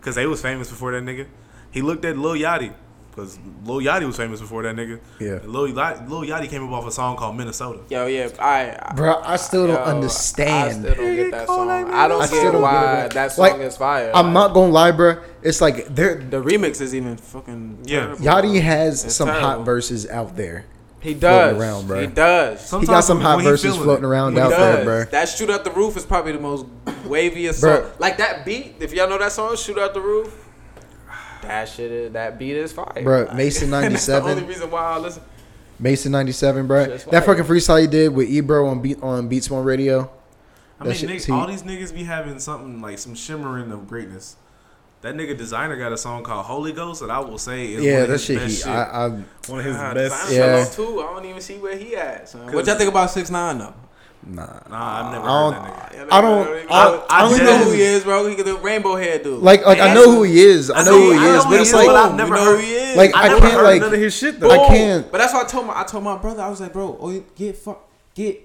[SPEAKER 1] cause they was famous before that nigga. He looked at Lil Yachty, cause Lil Yachty was famous before that nigga.
[SPEAKER 2] Yeah.
[SPEAKER 1] And Lil, Yachty- Lil Yachty came up off a song called Minnesota.
[SPEAKER 3] Yo, yeah, I, I
[SPEAKER 2] Bro, I still don't
[SPEAKER 3] Yo, I
[SPEAKER 2] understand.
[SPEAKER 3] still don't get that song. I don't
[SPEAKER 2] I still
[SPEAKER 3] get
[SPEAKER 2] don't
[SPEAKER 3] why
[SPEAKER 2] get it.
[SPEAKER 3] that song
[SPEAKER 2] Like,
[SPEAKER 3] is fire.
[SPEAKER 2] I'm
[SPEAKER 3] Like,
[SPEAKER 2] not gonna lie, bro. It's like there
[SPEAKER 3] The remix is even fucking.
[SPEAKER 1] Yeah.
[SPEAKER 3] terrible.
[SPEAKER 2] Yachty has
[SPEAKER 3] It's
[SPEAKER 2] some
[SPEAKER 3] terrible.
[SPEAKER 2] hot verses out there.
[SPEAKER 3] He
[SPEAKER 2] floating
[SPEAKER 3] does.
[SPEAKER 2] around, bruh.
[SPEAKER 3] He does.
[SPEAKER 2] he got some
[SPEAKER 1] when-
[SPEAKER 2] hot
[SPEAKER 1] when he
[SPEAKER 2] verses
[SPEAKER 1] feeling
[SPEAKER 2] floating
[SPEAKER 1] it.
[SPEAKER 2] around
[SPEAKER 1] When
[SPEAKER 2] out
[SPEAKER 1] he
[SPEAKER 2] there,
[SPEAKER 1] does.
[SPEAKER 2] bro.
[SPEAKER 3] That shoot out the roof is probably the most waviest
[SPEAKER 2] Bruh.
[SPEAKER 3] song. Like that beat, if y'all know that song, shoot out the roof. That shit, is, that beat is fire,
[SPEAKER 2] Bruh,
[SPEAKER 3] Like,
[SPEAKER 2] Mason
[SPEAKER 3] that's the
[SPEAKER 2] 97.
[SPEAKER 3] only reason why I listen.
[SPEAKER 2] Mason '97, bro.
[SPEAKER 3] That's
[SPEAKER 2] That
[SPEAKER 3] fire.
[SPEAKER 2] fucking freestyle you did with Ebro on beat on Beats One Radio.
[SPEAKER 1] I
[SPEAKER 2] That
[SPEAKER 1] mean,
[SPEAKER 2] shit-
[SPEAKER 1] niggas-
[SPEAKER 2] see-
[SPEAKER 1] all these niggas be having something like some shimmering of greatness. That nigga designer got a song called Holy Ghost that I will say is one
[SPEAKER 2] yeah,
[SPEAKER 1] of
[SPEAKER 2] that
[SPEAKER 1] his
[SPEAKER 2] shit.
[SPEAKER 1] best
[SPEAKER 2] He,
[SPEAKER 1] shit.
[SPEAKER 2] I, I,
[SPEAKER 1] one of his
[SPEAKER 3] Ah,
[SPEAKER 1] best.
[SPEAKER 3] Simon
[SPEAKER 2] Yeah.
[SPEAKER 3] Fellow too. I don't even see where he at. Son. What y'all think about six nine though?
[SPEAKER 2] Nah.
[SPEAKER 1] Nah, I've never
[SPEAKER 2] I
[SPEAKER 1] heard that nigga.
[SPEAKER 2] I don't-
[SPEAKER 3] even
[SPEAKER 2] I-
[SPEAKER 3] know-
[SPEAKER 1] I
[SPEAKER 3] I don't even know
[SPEAKER 1] just-
[SPEAKER 3] who he is, bro. He got the rainbow hair dude.
[SPEAKER 2] Like, like I know who he is. I know
[SPEAKER 1] see,
[SPEAKER 2] who he
[SPEAKER 1] I know
[SPEAKER 2] is,
[SPEAKER 1] who
[SPEAKER 2] but
[SPEAKER 1] he
[SPEAKER 2] it's
[SPEAKER 1] is, but
[SPEAKER 2] like
[SPEAKER 1] I've never
[SPEAKER 3] you know
[SPEAKER 1] heard-
[SPEAKER 3] who he is.
[SPEAKER 2] Like,
[SPEAKER 1] I
[SPEAKER 2] I
[SPEAKER 1] never
[SPEAKER 2] can't,
[SPEAKER 1] heard
[SPEAKER 2] like-
[SPEAKER 1] none of his shit though.
[SPEAKER 2] I
[SPEAKER 3] Boom.
[SPEAKER 2] can't-
[SPEAKER 3] But that's why I told my I told my brother I was like, bro, oh, you get fuck, get.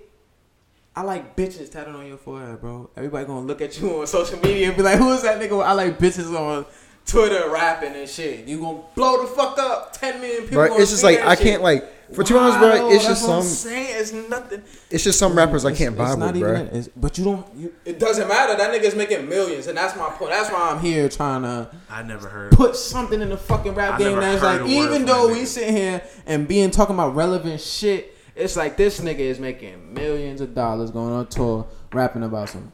[SPEAKER 3] I like bitches tatted on your forehead, bro. Everybody gonna look at you on social media and be like, who is that nigga? with I like bitches on Twitter rapping and shit. You gonna blow the fuck up. Ten million people.
[SPEAKER 2] bro,
[SPEAKER 3] gonna
[SPEAKER 2] it's just
[SPEAKER 3] see
[SPEAKER 2] like
[SPEAKER 3] that
[SPEAKER 2] I
[SPEAKER 3] shit.
[SPEAKER 2] can't like for two hours, bro.
[SPEAKER 3] Wow,
[SPEAKER 2] It's
[SPEAKER 3] that's
[SPEAKER 2] just
[SPEAKER 3] what I'm
[SPEAKER 2] some,
[SPEAKER 3] saying it's nothing.
[SPEAKER 2] it's just some rappers I
[SPEAKER 3] It's-
[SPEAKER 2] can't
[SPEAKER 3] it's
[SPEAKER 2] vibe
[SPEAKER 3] not
[SPEAKER 2] with,
[SPEAKER 3] even
[SPEAKER 2] bro.
[SPEAKER 3] that. It's- but you don't. You, it doesn't matter. That nigga's making millions, and that's my point. That's why I'm here trying to
[SPEAKER 1] I never heard.
[SPEAKER 3] put something in the fucking rap
[SPEAKER 1] I
[SPEAKER 3] game
[SPEAKER 1] never
[SPEAKER 3] that's
[SPEAKER 1] heard
[SPEAKER 3] like
[SPEAKER 1] a word
[SPEAKER 3] even
[SPEAKER 1] from
[SPEAKER 3] though
[SPEAKER 1] that
[SPEAKER 3] we
[SPEAKER 1] nigga.
[SPEAKER 3] sit here and being talking about relevant shit, it's like this nigga is making millions of dollars going on tour rapping about some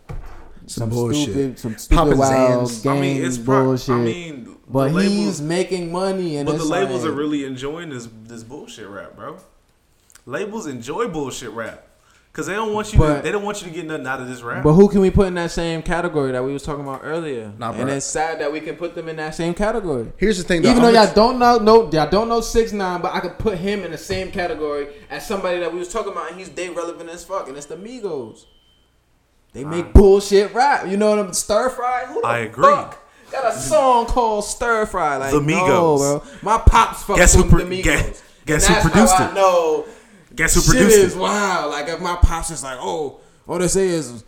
[SPEAKER 2] Some
[SPEAKER 3] some,
[SPEAKER 2] bullshit.
[SPEAKER 3] stupid some stupid
[SPEAKER 2] Popping
[SPEAKER 3] wild
[SPEAKER 2] Zans.
[SPEAKER 3] game
[SPEAKER 1] I mean, it's pro-
[SPEAKER 3] bullshit.
[SPEAKER 1] I mean,
[SPEAKER 3] but
[SPEAKER 1] the
[SPEAKER 3] he's
[SPEAKER 1] labels,
[SPEAKER 3] making money and
[SPEAKER 1] but the
[SPEAKER 3] it's
[SPEAKER 1] labels
[SPEAKER 3] like,
[SPEAKER 1] are really enjoying this this bullshit rap, bro. Labels enjoy bullshit rap because they don't want you. to,
[SPEAKER 3] But-
[SPEAKER 1] they don't want you to get nothing out of this rap.
[SPEAKER 3] But who can we put in that same category that we was talking about earlier?
[SPEAKER 2] Nah,
[SPEAKER 3] and
[SPEAKER 2] bruh.
[SPEAKER 3] it's sad that we can put them in that same category.
[SPEAKER 2] Here's the thing, though.
[SPEAKER 3] Even though
[SPEAKER 2] I'm
[SPEAKER 3] y'all don't know, no, y'all don't know six nine, but I could put him in the same category as somebody that we was talking about, and he's day relevant as fuck, and it's the Migos. They make bullshit rap. You know what I'm stir fry. Who the
[SPEAKER 1] I agree.
[SPEAKER 3] Fuck? Got a song called Stir Fry. Like
[SPEAKER 1] The
[SPEAKER 3] the
[SPEAKER 1] Migos.
[SPEAKER 3] Migos, no, bro. My pops fucked
[SPEAKER 1] Guess who
[SPEAKER 3] with
[SPEAKER 1] pro-
[SPEAKER 3] the Migos.
[SPEAKER 1] guess- guess
[SPEAKER 3] And
[SPEAKER 1] who
[SPEAKER 3] that's
[SPEAKER 1] produced
[SPEAKER 3] how
[SPEAKER 1] it?
[SPEAKER 3] I know
[SPEAKER 1] Guess who
[SPEAKER 3] shit
[SPEAKER 1] produced
[SPEAKER 3] is
[SPEAKER 1] it?
[SPEAKER 3] wild. Like if my pops is like, oh, all this is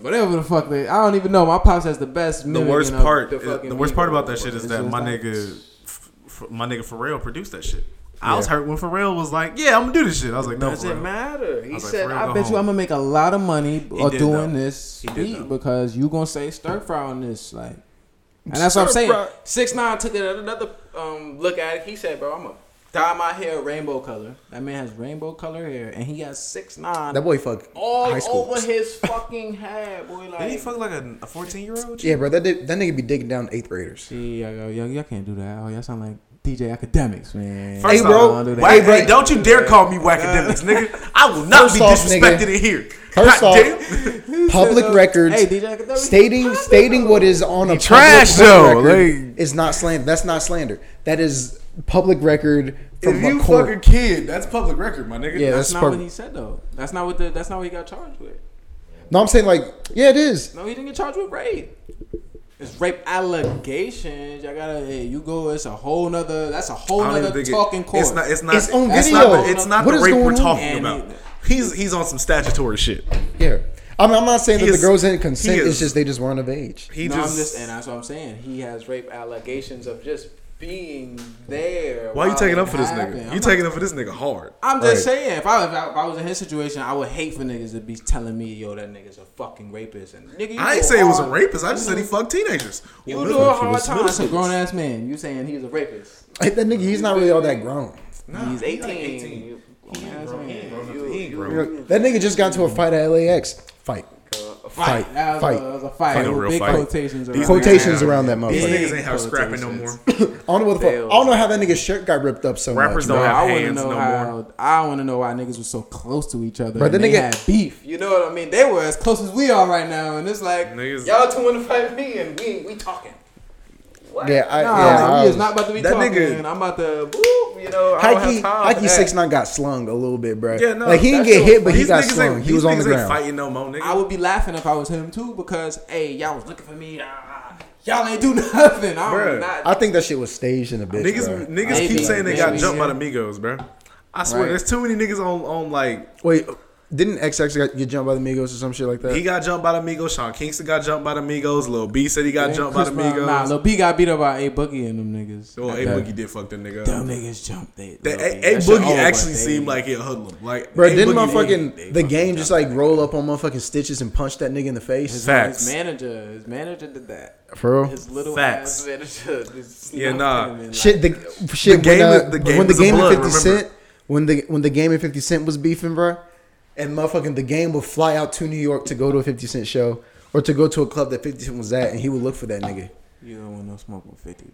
[SPEAKER 3] whatever the fuck they. I don't even know. My pops has the best.
[SPEAKER 1] The
[SPEAKER 3] mimicking
[SPEAKER 1] worst
[SPEAKER 3] of
[SPEAKER 1] part,
[SPEAKER 3] The,
[SPEAKER 1] the,
[SPEAKER 3] fucking
[SPEAKER 1] worst part
[SPEAKER 3] Migos,
[SPEAKER 1] about that
[SPEAKER 3] bro.
[SPEAKER 1] shit is
[SPEAKER 3] It's
[SPEAKER 1] that
[SPEAKER 3] just
[SPEAKER 1] my
[SPEAKER 3] like-
[SPEAKER 1] nigga, f- f- my nigga Pharrell produced that shit. I
[SPEAKER 2] Yeah.
[SPEAKER 1] was hurt when Pharrell was like, "Yeah, I'm gonna do this shit." I was like, "No,
[SPEAKER 3] Does it
[SPEAKER 1] Pharrell."
[SPEAKER 3] matter? He
[SPEAKER 1] was like,
[SPEAKER 3] said,
[SPEAKER 1] "Pharrell,
[SPEAKER 3] "I
[SPEAKER 1] go
[SPEAKER 3] bet you
[SPEAKER 1] home."
[SPEAKER 3] I'm gonna make a lot of money or
[SPEAKER 1] did,
[SPEAKER 3] doing
[SPEAKER 1] though.
[SPEAKER 3] this
[SPEAKER 1] He did, though.
[SPEAKER 3] beat because you gonna say stir fry on this like." And that's what I'm
[SPEAKER 2] Stir
[SPEAKER 3] saying.
[SPEAKER 2] fry.
[SPEAKER 3] Six nine took it another um, look at it. He said, "Bro, I'm gonna dye my hair rainbow color." That man has rainbow color hair, and he got six nine
[SPEAKER 2] that boy fuck
[SPEAKER 3] all
[SPEAKER 2] high school.
[SPEAKER 3] over his fucking hair, boy. Like,
[SPEAKER 1] Did he fuck like a a 14 year old?
[SPEAKER 2] Yeah, bro. That di- that nigga be digging down eighth graders.
[SPEAKER 3] See, y'all, go, y'all, y'all can't do that. Oh, y'all sound like DJ Academics, man.
[SPEAKER 1] First
[SPEAKER 2] Hey,
[SPEAKER 1] off,
[SPEAKER 2] bro.
[SPEAKER 1] don't do that.
[SPEAKER 2] Hey, bro.
[SPEAKER 1] Hey, don't you dare call me whackademics, nigga. I will not
[SPEAKER 2] First
[SPEAKER 1] be
[SPEAKER 2] off,
[SPEAKER 1] disrespected
[SPEAKER 2] nigga.
[SPEAKER 1] in here.
[SPEAKER 2] First
[SPEAKER 1] God
[SPEAKER 2] off,
[SPEAKER 1] damn.
[SPEAKER 2] Public records
[SPEAKER 3] uh, Hey, DJ Academics.
[SPEAKER 2] stating stating what is on a public
[SPEAKER 1] trash,
[SPEAKER 2] court
[SPEAKER 1] though,
[SPEAKER 2] record
[SPEAKER 1] like-
[SPEAKER 2] is not slander. That's not slander. That is public record from
[SPEAKER 1] If
[SPEAKER 2] a
[SPEAKER 1] you
[SPEAKER 2] court.
[SPEAKER 1] fuck a kid, that's public record, my nigga.
[SPEAKER 2] Yeah,
[SPEAKER 1] That's-
[SPEAKER 2] that's-
[SPEAKER 3] That's not
[SPEAKER 2] part-
[SPEAKER 3] what he said though. That's not what the. That's not what he got charged with.
[SPEAKER 2] no, I'm saying like, yeah, it is.
[SPEAKER 3] No, he didn't get charged with rape. It's rape allegations. Y'all gotta. Hey, you go. It's a whole nother. That's a whole
[SPEAKER 1] I don't even
[SPEAKER 3] nother
[SPEAKER 1] think it-
[SPEAKER 3] talking court.
[SPEAKER 1] It's not. It's not.
[SPEAKER 2] It's on
[SPEAKER 1] Not,
[SPEAKER 2] video.
[SPEAKER 1] the- it's not
[SPEAKER 2] What
[SPEAKER 1] the
[SPEAKER 2] is
[SPEAKER 1] rape
[SPEAKER 2] going
[SPEAKER 1] we're
[SPEAKER 2] on?
[SPEAKER 1] talking
[SPEAKER 3] And
[SPEAKER 1] about.
[SPEAKER 3] he-
[SPEAKER 1] He's he's on some statutory shit.
[SPEAKER 2] Yeah, I mean, I'm not saying
[SPEAKER 1] He
[SPEAKER 2] that
[SPEAKER 1] is-
[SPEAKER 2] the girls didn't
[SPEAKER 1] he
[SPEAKER 2] consent.
[SPEAKER 1] is-
[SPEAKER 2] it's just they just weren't of age.
[SPEAKER 1] He
[SPEAKER 3] no,
[SPEAKER 1] just.
[SPEAKER 3] I'm just, and that's what I'm saying. He has rape allegations of just being there.
[SPEAKER 1] why you
[SPEAKER 3] while
[SPEAKER 1] taking
[SPEAKER 3] it
[SPEAKER 1] up for this
[SPEAKER 3] happened.
[SPEAKER 1] nigga?
[SPEAKER 3] I'm
[SPEAKER 1] You
[SPEAKER 3] not-
[SPEAKER 1] taking up for this nigga hard.
[SPEAKER 3] I'm just
[SPEAKER 2] Right.
[SPEAKER 3] saying, if I, if I if I was in his situation, I would hate for niggas to be telling me, "Yo, that nigga's a fucking rapist." And nigga, you
[SPEAKER 1] I ain't
[SPEAKER 3] go
[SPEAKER 1] say he was a
[SPEAKER 3] hard-
[SPEAKER 1] rapist. I just said he fucked teenagers.
[SPEAKER 3] You
[SPEAKER 1] Well,
[SPEAKER 3] do
[SPEAKER 1] middle-
[SPEAKER 3] a hard
[SPEAKER 1] was
[SPEAKER 3] time
[SPEAKER 1] middle
[SPEAKER 3] as a
[SPEAKER 1] schoolers.
[SPEAKER 3] grown ass man. You saying he's a rapist?
[SPEAKER 2] Like, that nigga, he's not really all that grown.
[SPEAKER 1] Nah,
[SPEAKER 3] he's
[SPEAKER 1] he like
[SPEAKER 3] 18.
[SPEAKER 1] 18.
[SPEAKER 3] You-
[SPEAKER 1] He ain't
[SPEAKER 3] grown-ass
[SPEAKER 1] grown. He
[SPEAKER 3] man.
[SPEAKER 1] ain't grown up.
[SPEAKER 3] You-
[SPEAKER 1] He ain't
[SPEAKER 3] you-
[SPEAKER 1] grown.
[SPEAKER 2] That nigga just got into a fight at LAX. Fight.
[SPEAKER 3] A fight.
[SPEAKER 2] Fight.
[SPEAKER 3] That was,
[SPEAKER 2] Fight.
[SPEAKER 3] A, that was a fight.
[SPEAKER 1] Ain't no
[SPEAKER 3] With
[SPEAKER 1] real
[SPEAKER 3] big
[SPEAKER 1] fight.
[SPEAKER 3] quotations around
[SPEAKER 1] These
[SPEAKER 2] Quotations
[SPEAKER 1] niggas ain't
[SPEAKER 2] around
[SPEAKER 1] have-
[SPEAKER 2] that
[SPEAKER 1] These
[SPEAKER 2] motherfucker.
[SPEAKER 1] niggas ain't have scrapping no more.
[SPEAKER 2] I don't know what the fuck. I don't know how that nigga's shirt got ripped up so
[SPEAKER 1] Rappers
[SPEAKER 2] much.
[SPEAKER 1] don't
[SPEAKER 3] Bro,
[SPEAKER 1] have
[SPEAKER 3] I want to
[SPEAKER 1] hands
[SPEAKER 3] know
[SPEAKER 1] no
[SPEAKER 3] how.
[SPEAKER 1] more.
[SPEAKER 3] I want to know why niggas was so close to each other.
[SPEAKER 2] Bro,
[SPEAKER 3] and
[SPEAKER 2] the
[SPEAKER 3] they
[SPEAKER 2] nigga-
[SPEAKER 3] had beef. You know what I mean? They were as close as we are right now, and it's like
[SPEAKER 1] Niggas-
[SPEAKER 3] y'all two want to fight me, and we we talking. What?
[SPEAKER 2] Yeah, I-
[SPEAKER 3] nah,
[SPEAKER 2] yeah,
[SPEAKER 3] like,
[SPEAKER 2] I
[SPEAKER 3] we
[SPEAKER 2] was-
[SPEAKER 3] is not about to be
[SPEAKER 1] that
[SPEAKER 3] talking.
[SPEAKER 1] nigga-
[SPEAKER 3] I'm about to, whoop, you know, I don't
[SPEAKER 2] Hikey,
[SPEAKER 3] have time. for
[SPEAKER 2] Hikey
[SPEAKER 3] that.
[SPEAKER 2] six nine got slung a little bit, bro.
[SPEAKER 1] Yeah, no,
[SPEAKER 2] like he didn't
[SPEAKER 3] that's
[SPEAKER 2] get
[SPEAKER 3] your
[SPEAKER 2] hit, but he
[SPEAKER 1] These
[SPEAKER 2] got
[SPEAKER 1] niggas
[SPEAKER 2] slung.
[SPEAKER 1] ain't-
[SPEAKER 2] He was
[SPEAKER 1] these
[SPEAKER 2] on the
[SPEAKER 1] niggas ain't
[SPEAKER 2] ground.
[SPEAKER 1] Fighting no more, nigga.
[SPEAKER 3] I would be laughing if I was him too, because hey, y'all was looking for me. Ah, y'all ain't do nothing. I'm
[SPEAKER 1] Bruh.
[SPEAKER 3] not.
[SPEAKER 2] I think that shit was staged in a bitch.
[SPEAKER 1] Niggas,
[SPEAKER 2] bro.
[SPEAKER 1] niggas
[SPEAKER 3] Maybe,
[SPEAKER 1] keep saying they got
[SPEAKER 3] maybe.
[SPEAKER 1] jumped by the Migos, bro. I swear,
[SPEAKER 3] Right.
[SPEAKER 1] there's too many niggas on on like
[SPEAKER 2] Wait, didn't XX got- get jumped by the Migos or some shit like that?
[SPEAKER 1] he got jumped by the Migos. Sean Kingston got jumped by the Migos. Lil B said he got
[SPEAKER 3] Ain't
[SPEAKER 1] jumped by
[SPEAKER 3] Chris
[SPEAKER 1] the
[SPEAKER 3] Brown-
[SPEAKER 1] Migos.
[SPEAKER 3] Nah, Lil B got beat up by A Boogie and them niggas.
[SPEAKER 1] well, A
[SPEAKER 3] Like,
[SPEAKER 1] Boogie did fuck that nigga.
[SPEAKER 3] Them
[SPEAKER 1] up.
[SPEAKER 3] niggas jumped it.
[SPEAKER 1] That
[SPEAKER 3] Lil B.
[SPEAKER 1] A, A
[SPEAKER 3] That shit
[SPEAKER 1] Boogie
[SPEAKER 3] over,
[SPEAKER 1] actually
[SPEAKER 3] they-
[SPEAKER 1] seemed like he a hoodlum. Like,
[SPEAKER 2] Bro,
[SPEAKER 1] A
[SPEAKER 2] didn't
[SPEAKER 1] Boogie-
[SPEAKER 2] motherfucking
[SPEAKER 3] they
[SPEAKER 2] the
[SPEAKER 3] fucking
[SPEAKER 2] game just
[SPEAKER 3] got
[SPEAKER 2] like roll up on motherfucking stitches and punch that nigga in the face?
[SPEAKER 3] his,
[SPEAKER 1] Facts.
[SPEAKER 3] his manager. His manager did that.
[SPEAKER 2] For real?
[SPEAKER 3] His little
[SPEAKER 1] Facts.
[SPEAKER 3] ass manager. just
[SPEAKER 1] Yeah,
[SPEAKER 3] knocked
[SPEAKER 1] nah.
[SPEAKER 3] him in, like-
[SPEAKER 2] Shit, the shit.
[SPEAKER 1] game
[SPEAKER 2] when,
[SPEAKER 1] is-
[SPEAKER 2] uh,
[SPEAKER 1] the game
[SPEAKER 2] when the
[SPEAKER 1] is a
[SPEAKER 2] game
[SPEAKER 1] blood,
[SPEAKER 2] and Fifty
[SPEAKER 1] remember.
[SPEAKER 2] Cent, when the when the game and Fifty Cent was beefing, bro, and motherfucking the game would fly out to New York to go to a Fifty Cent show or to go to a club that Fifty Cent was at, and he would look for that nigga.
[SPEAKER 3] You don't want no smoke with 50,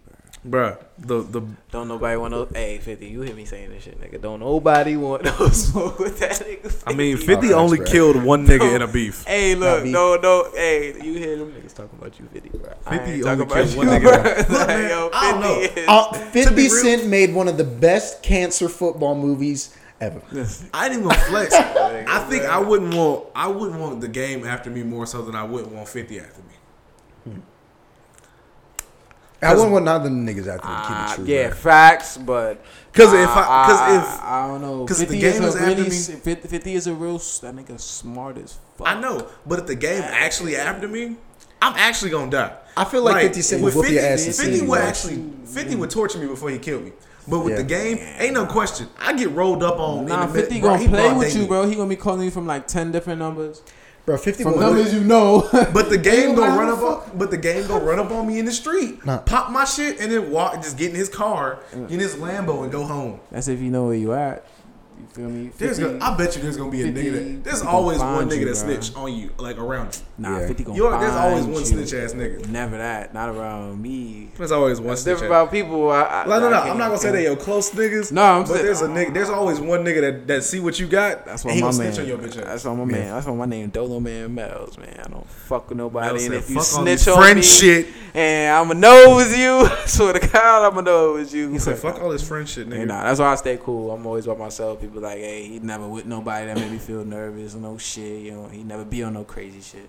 [SPEAKER 3] bro.
[SPEAKER 1] bro, the the
[SPEAKER 3] Don't nobody want no. Hey, 50, you hear me saying this shit, nigga. Don't nobody want no smoke with that nigga. 50.
[SPEAKER 1] I mean, Fifty
[SPEAKER 2] facts,
[SPEAKER 1] only
[SPEAKER 2] bro.
[SPEAKER 1] killed one nigga in a beef.
[SPEAKER 3] Hey, look,
[SPEAKER 2] beef.
[SPEAKER 3] no, no, hey, you hear them niggas talking about you, 50, bro.
[SPEAKER 1] 50
[SPEAKER 3] I ain't
[SPEAKER 1] only
[SPEAKER 3] talking about
[SPEAKER 1] killed
[SPEAKER 3] you,
[SPEAKER 1] one
[SPEAKER 3] bro.
[SPEAKER 1] nigga.
[SPEAKER 3] Like,
[SPEAKER 1] Look, man,
[SPEAKER 3] yo,
[SPEAKER 1] I don't
[SPEAKER 3] 50
[SPEAKER 1] know.
[SPEAKER 3] is-
[SPEAKER 2] Uh,
[SPEAKER 1] To be
[SPEAKER 2] Fifty
[SPEAKER 1] real-
[SPEAKER 2] Cent made one of the best cancer football movies ever.
[SPEAKER 1] I didn't even flex. I think I wouldn't want I wouldn't want the game after me more so than I wouldn't want Fifty after me.
[SPEAKER 2] I wouldn't want none of them niggas out there to
[SPEAKER 3] Uh,
[SPEAKER 2] keep it true.
[SPEAKER 3] yeah,
[SPEAKER 2] bro.
[SPEAKER 3] facts, but
[SPEAKER 1] 'Cause if I- 'cause
[SPEAKER 3] I-
[SPEAKER 1] if-
[SPEAKER 3] I don't know,
[SPEAKER 1] 'cause
[SPEAKER 3] 'cause
[SPEAKER 1] the
[SPEAKER 3] fifty
[SPEAKER 1] game
[SPEAKER 3] is
[SPEAKER 1] is
[SPEAKER 3] a
[SPEAKER 1] after
[SPEAKER 3] really
[SPEAKER 1] me.
[SPEAKER 3] s- 50, 50 is a real s- that nigga smart as fuck.
[SPEAKER 1] I know, but if the game actually after me, I'm actually gonna die.
[SPEAKER 2] I feel like 50 Cent
[SPEAKER 1] with
[SPEAKER 2] would whoop your ass in
[SPEAKER 1] 50
[SPEAKER 2] City,
[SPEAKER 1] would
[SPEAKER 2] bro.
[SPEAKER 1] actually 50 would torture me before he killed me. But with
[SPEAKER 2] Yeah.
[SPEAKER 1] the game, ain't no question. I get rolled up on.
[SPEAKER 3] Nah,
[SPEAKER 1] in the mid-
[SPEAKER 3] fifty
[SPEAKER 1] bro,
[SPEAKER 3] gonna
[SPEAKER 1] he
[SPEAKER 3] play
[SPEAKER 1] brought
[SPEAKER 3] with
[SPEAKER 1] Damien.
[SPEAKER 3] you, bro. He gonna be calling you from like ten different numbers.
[SPEAKER 2] Bro, 50
[SPEAKER 3] From
[SPEAKER 2] would-
[SPEAKER 3] numbers you know.
[SPEAKER 1] But the game
[SPEAKER 3] Ain't
[SPEAKER 1] gonna
[SPEAKER 3] no
[SPEAKER 1] run up on, but the game gonna run up on me in the street,
[SPEAKER 2] Nah. Mm.
[SPEAKER 1] pop my shit, and then walk, just get in his car, get in his Lambo, and go home.
[SPEAKER 3] That's if you know where you at. You feel me?
[SPEAKER 1] There's,
[SPEAKER 3] 50
[SPEAKER 1] gonna, I bet you there's gonna be a
[SPEAKER 3] 50
[SPEAKER 1] nigga that there's
[SPEAKER 3] gonna
[SPEAKER 1] always
[SPEAKER 3] find
[SPEAKER 1] one nigga
[SPEAKER 3] you,
[SPEAKER 1] that
[SPEAKER 3] bro.
[SPEAKER 1] snitch on you, like around you.
[SPEAKER 3] Nah,
[SPEAKER 2] Yeah.
[SPEAKER 3] fifty gonna.
[SPEAKER 1] You're, there's always
[SPEAKER 3] find
[SPEAKER 1] one
[SPEAKER 3] you.
[SPEAKER 1] snitch ass nigga.
[SPEAKER 3] Never that. Not around me.
[SPEAKER 1] There's always one
[SPEAKER 3] It's
[SPEAKER 1] snitch.
[SPEAKER 3] different
[SPEAKER 1] ass.
[SPEAKER 3] about people. I, I,
[SPEAKER 1] Like, no,
[SPEAKER 3] I
[SPEAKER 1] no,
[SPEAKER 3] can't-
[SPEAKER 1] I'm not gonna say they your close niggas.
[SPEAKER 3] No, I'm
[SPEAKER 1] but
[SPEAKER 3] saying-
[SPEAKER 1] there's a nigga. There's always one nigga that, that see what you got.
[SPEAKER 3] That's
[SPEAKER 1] and
[SPEAKER 3] why
[SPEAKER 1] he
[SPEAKER 3] my
[SPEAKER 1] gonna
[SPEAKER 3] man.
[SPEAKER 1] snitch on your bitch ass.
[SPEAKER 3] That's why my man. That's why my name Dolo Man Mel's man. I don't fuck with
[SPEAKER 1] Mel
[SPEAKER 3] nobody.
[SPEAKER 1] said,
[SPEAKER 3] and if you
[SPEAKER 1] "Fuck all
[SPEAKER 3] snitch
[SPEAKER 1] this
[SPEAKER 3] on
[SPEAKER 1] friend
[SPEAKER 3] me,
[SPEAKER 1] shit."
[SPEAKER 3] and I'ma know it was you. Swear to God, I'ma know it was you.
[SPEAKER 1] He said, "Fuck all this friend shit,
[SPEAKER 3] And
[SPEAKER 1] nigga."
[SPEAKER 3] nah, that's why I stay cool. I'm always by myself. People like, hey, he never with nobody that made me feel nervous. No shit, you know. He never be on no crazy shit.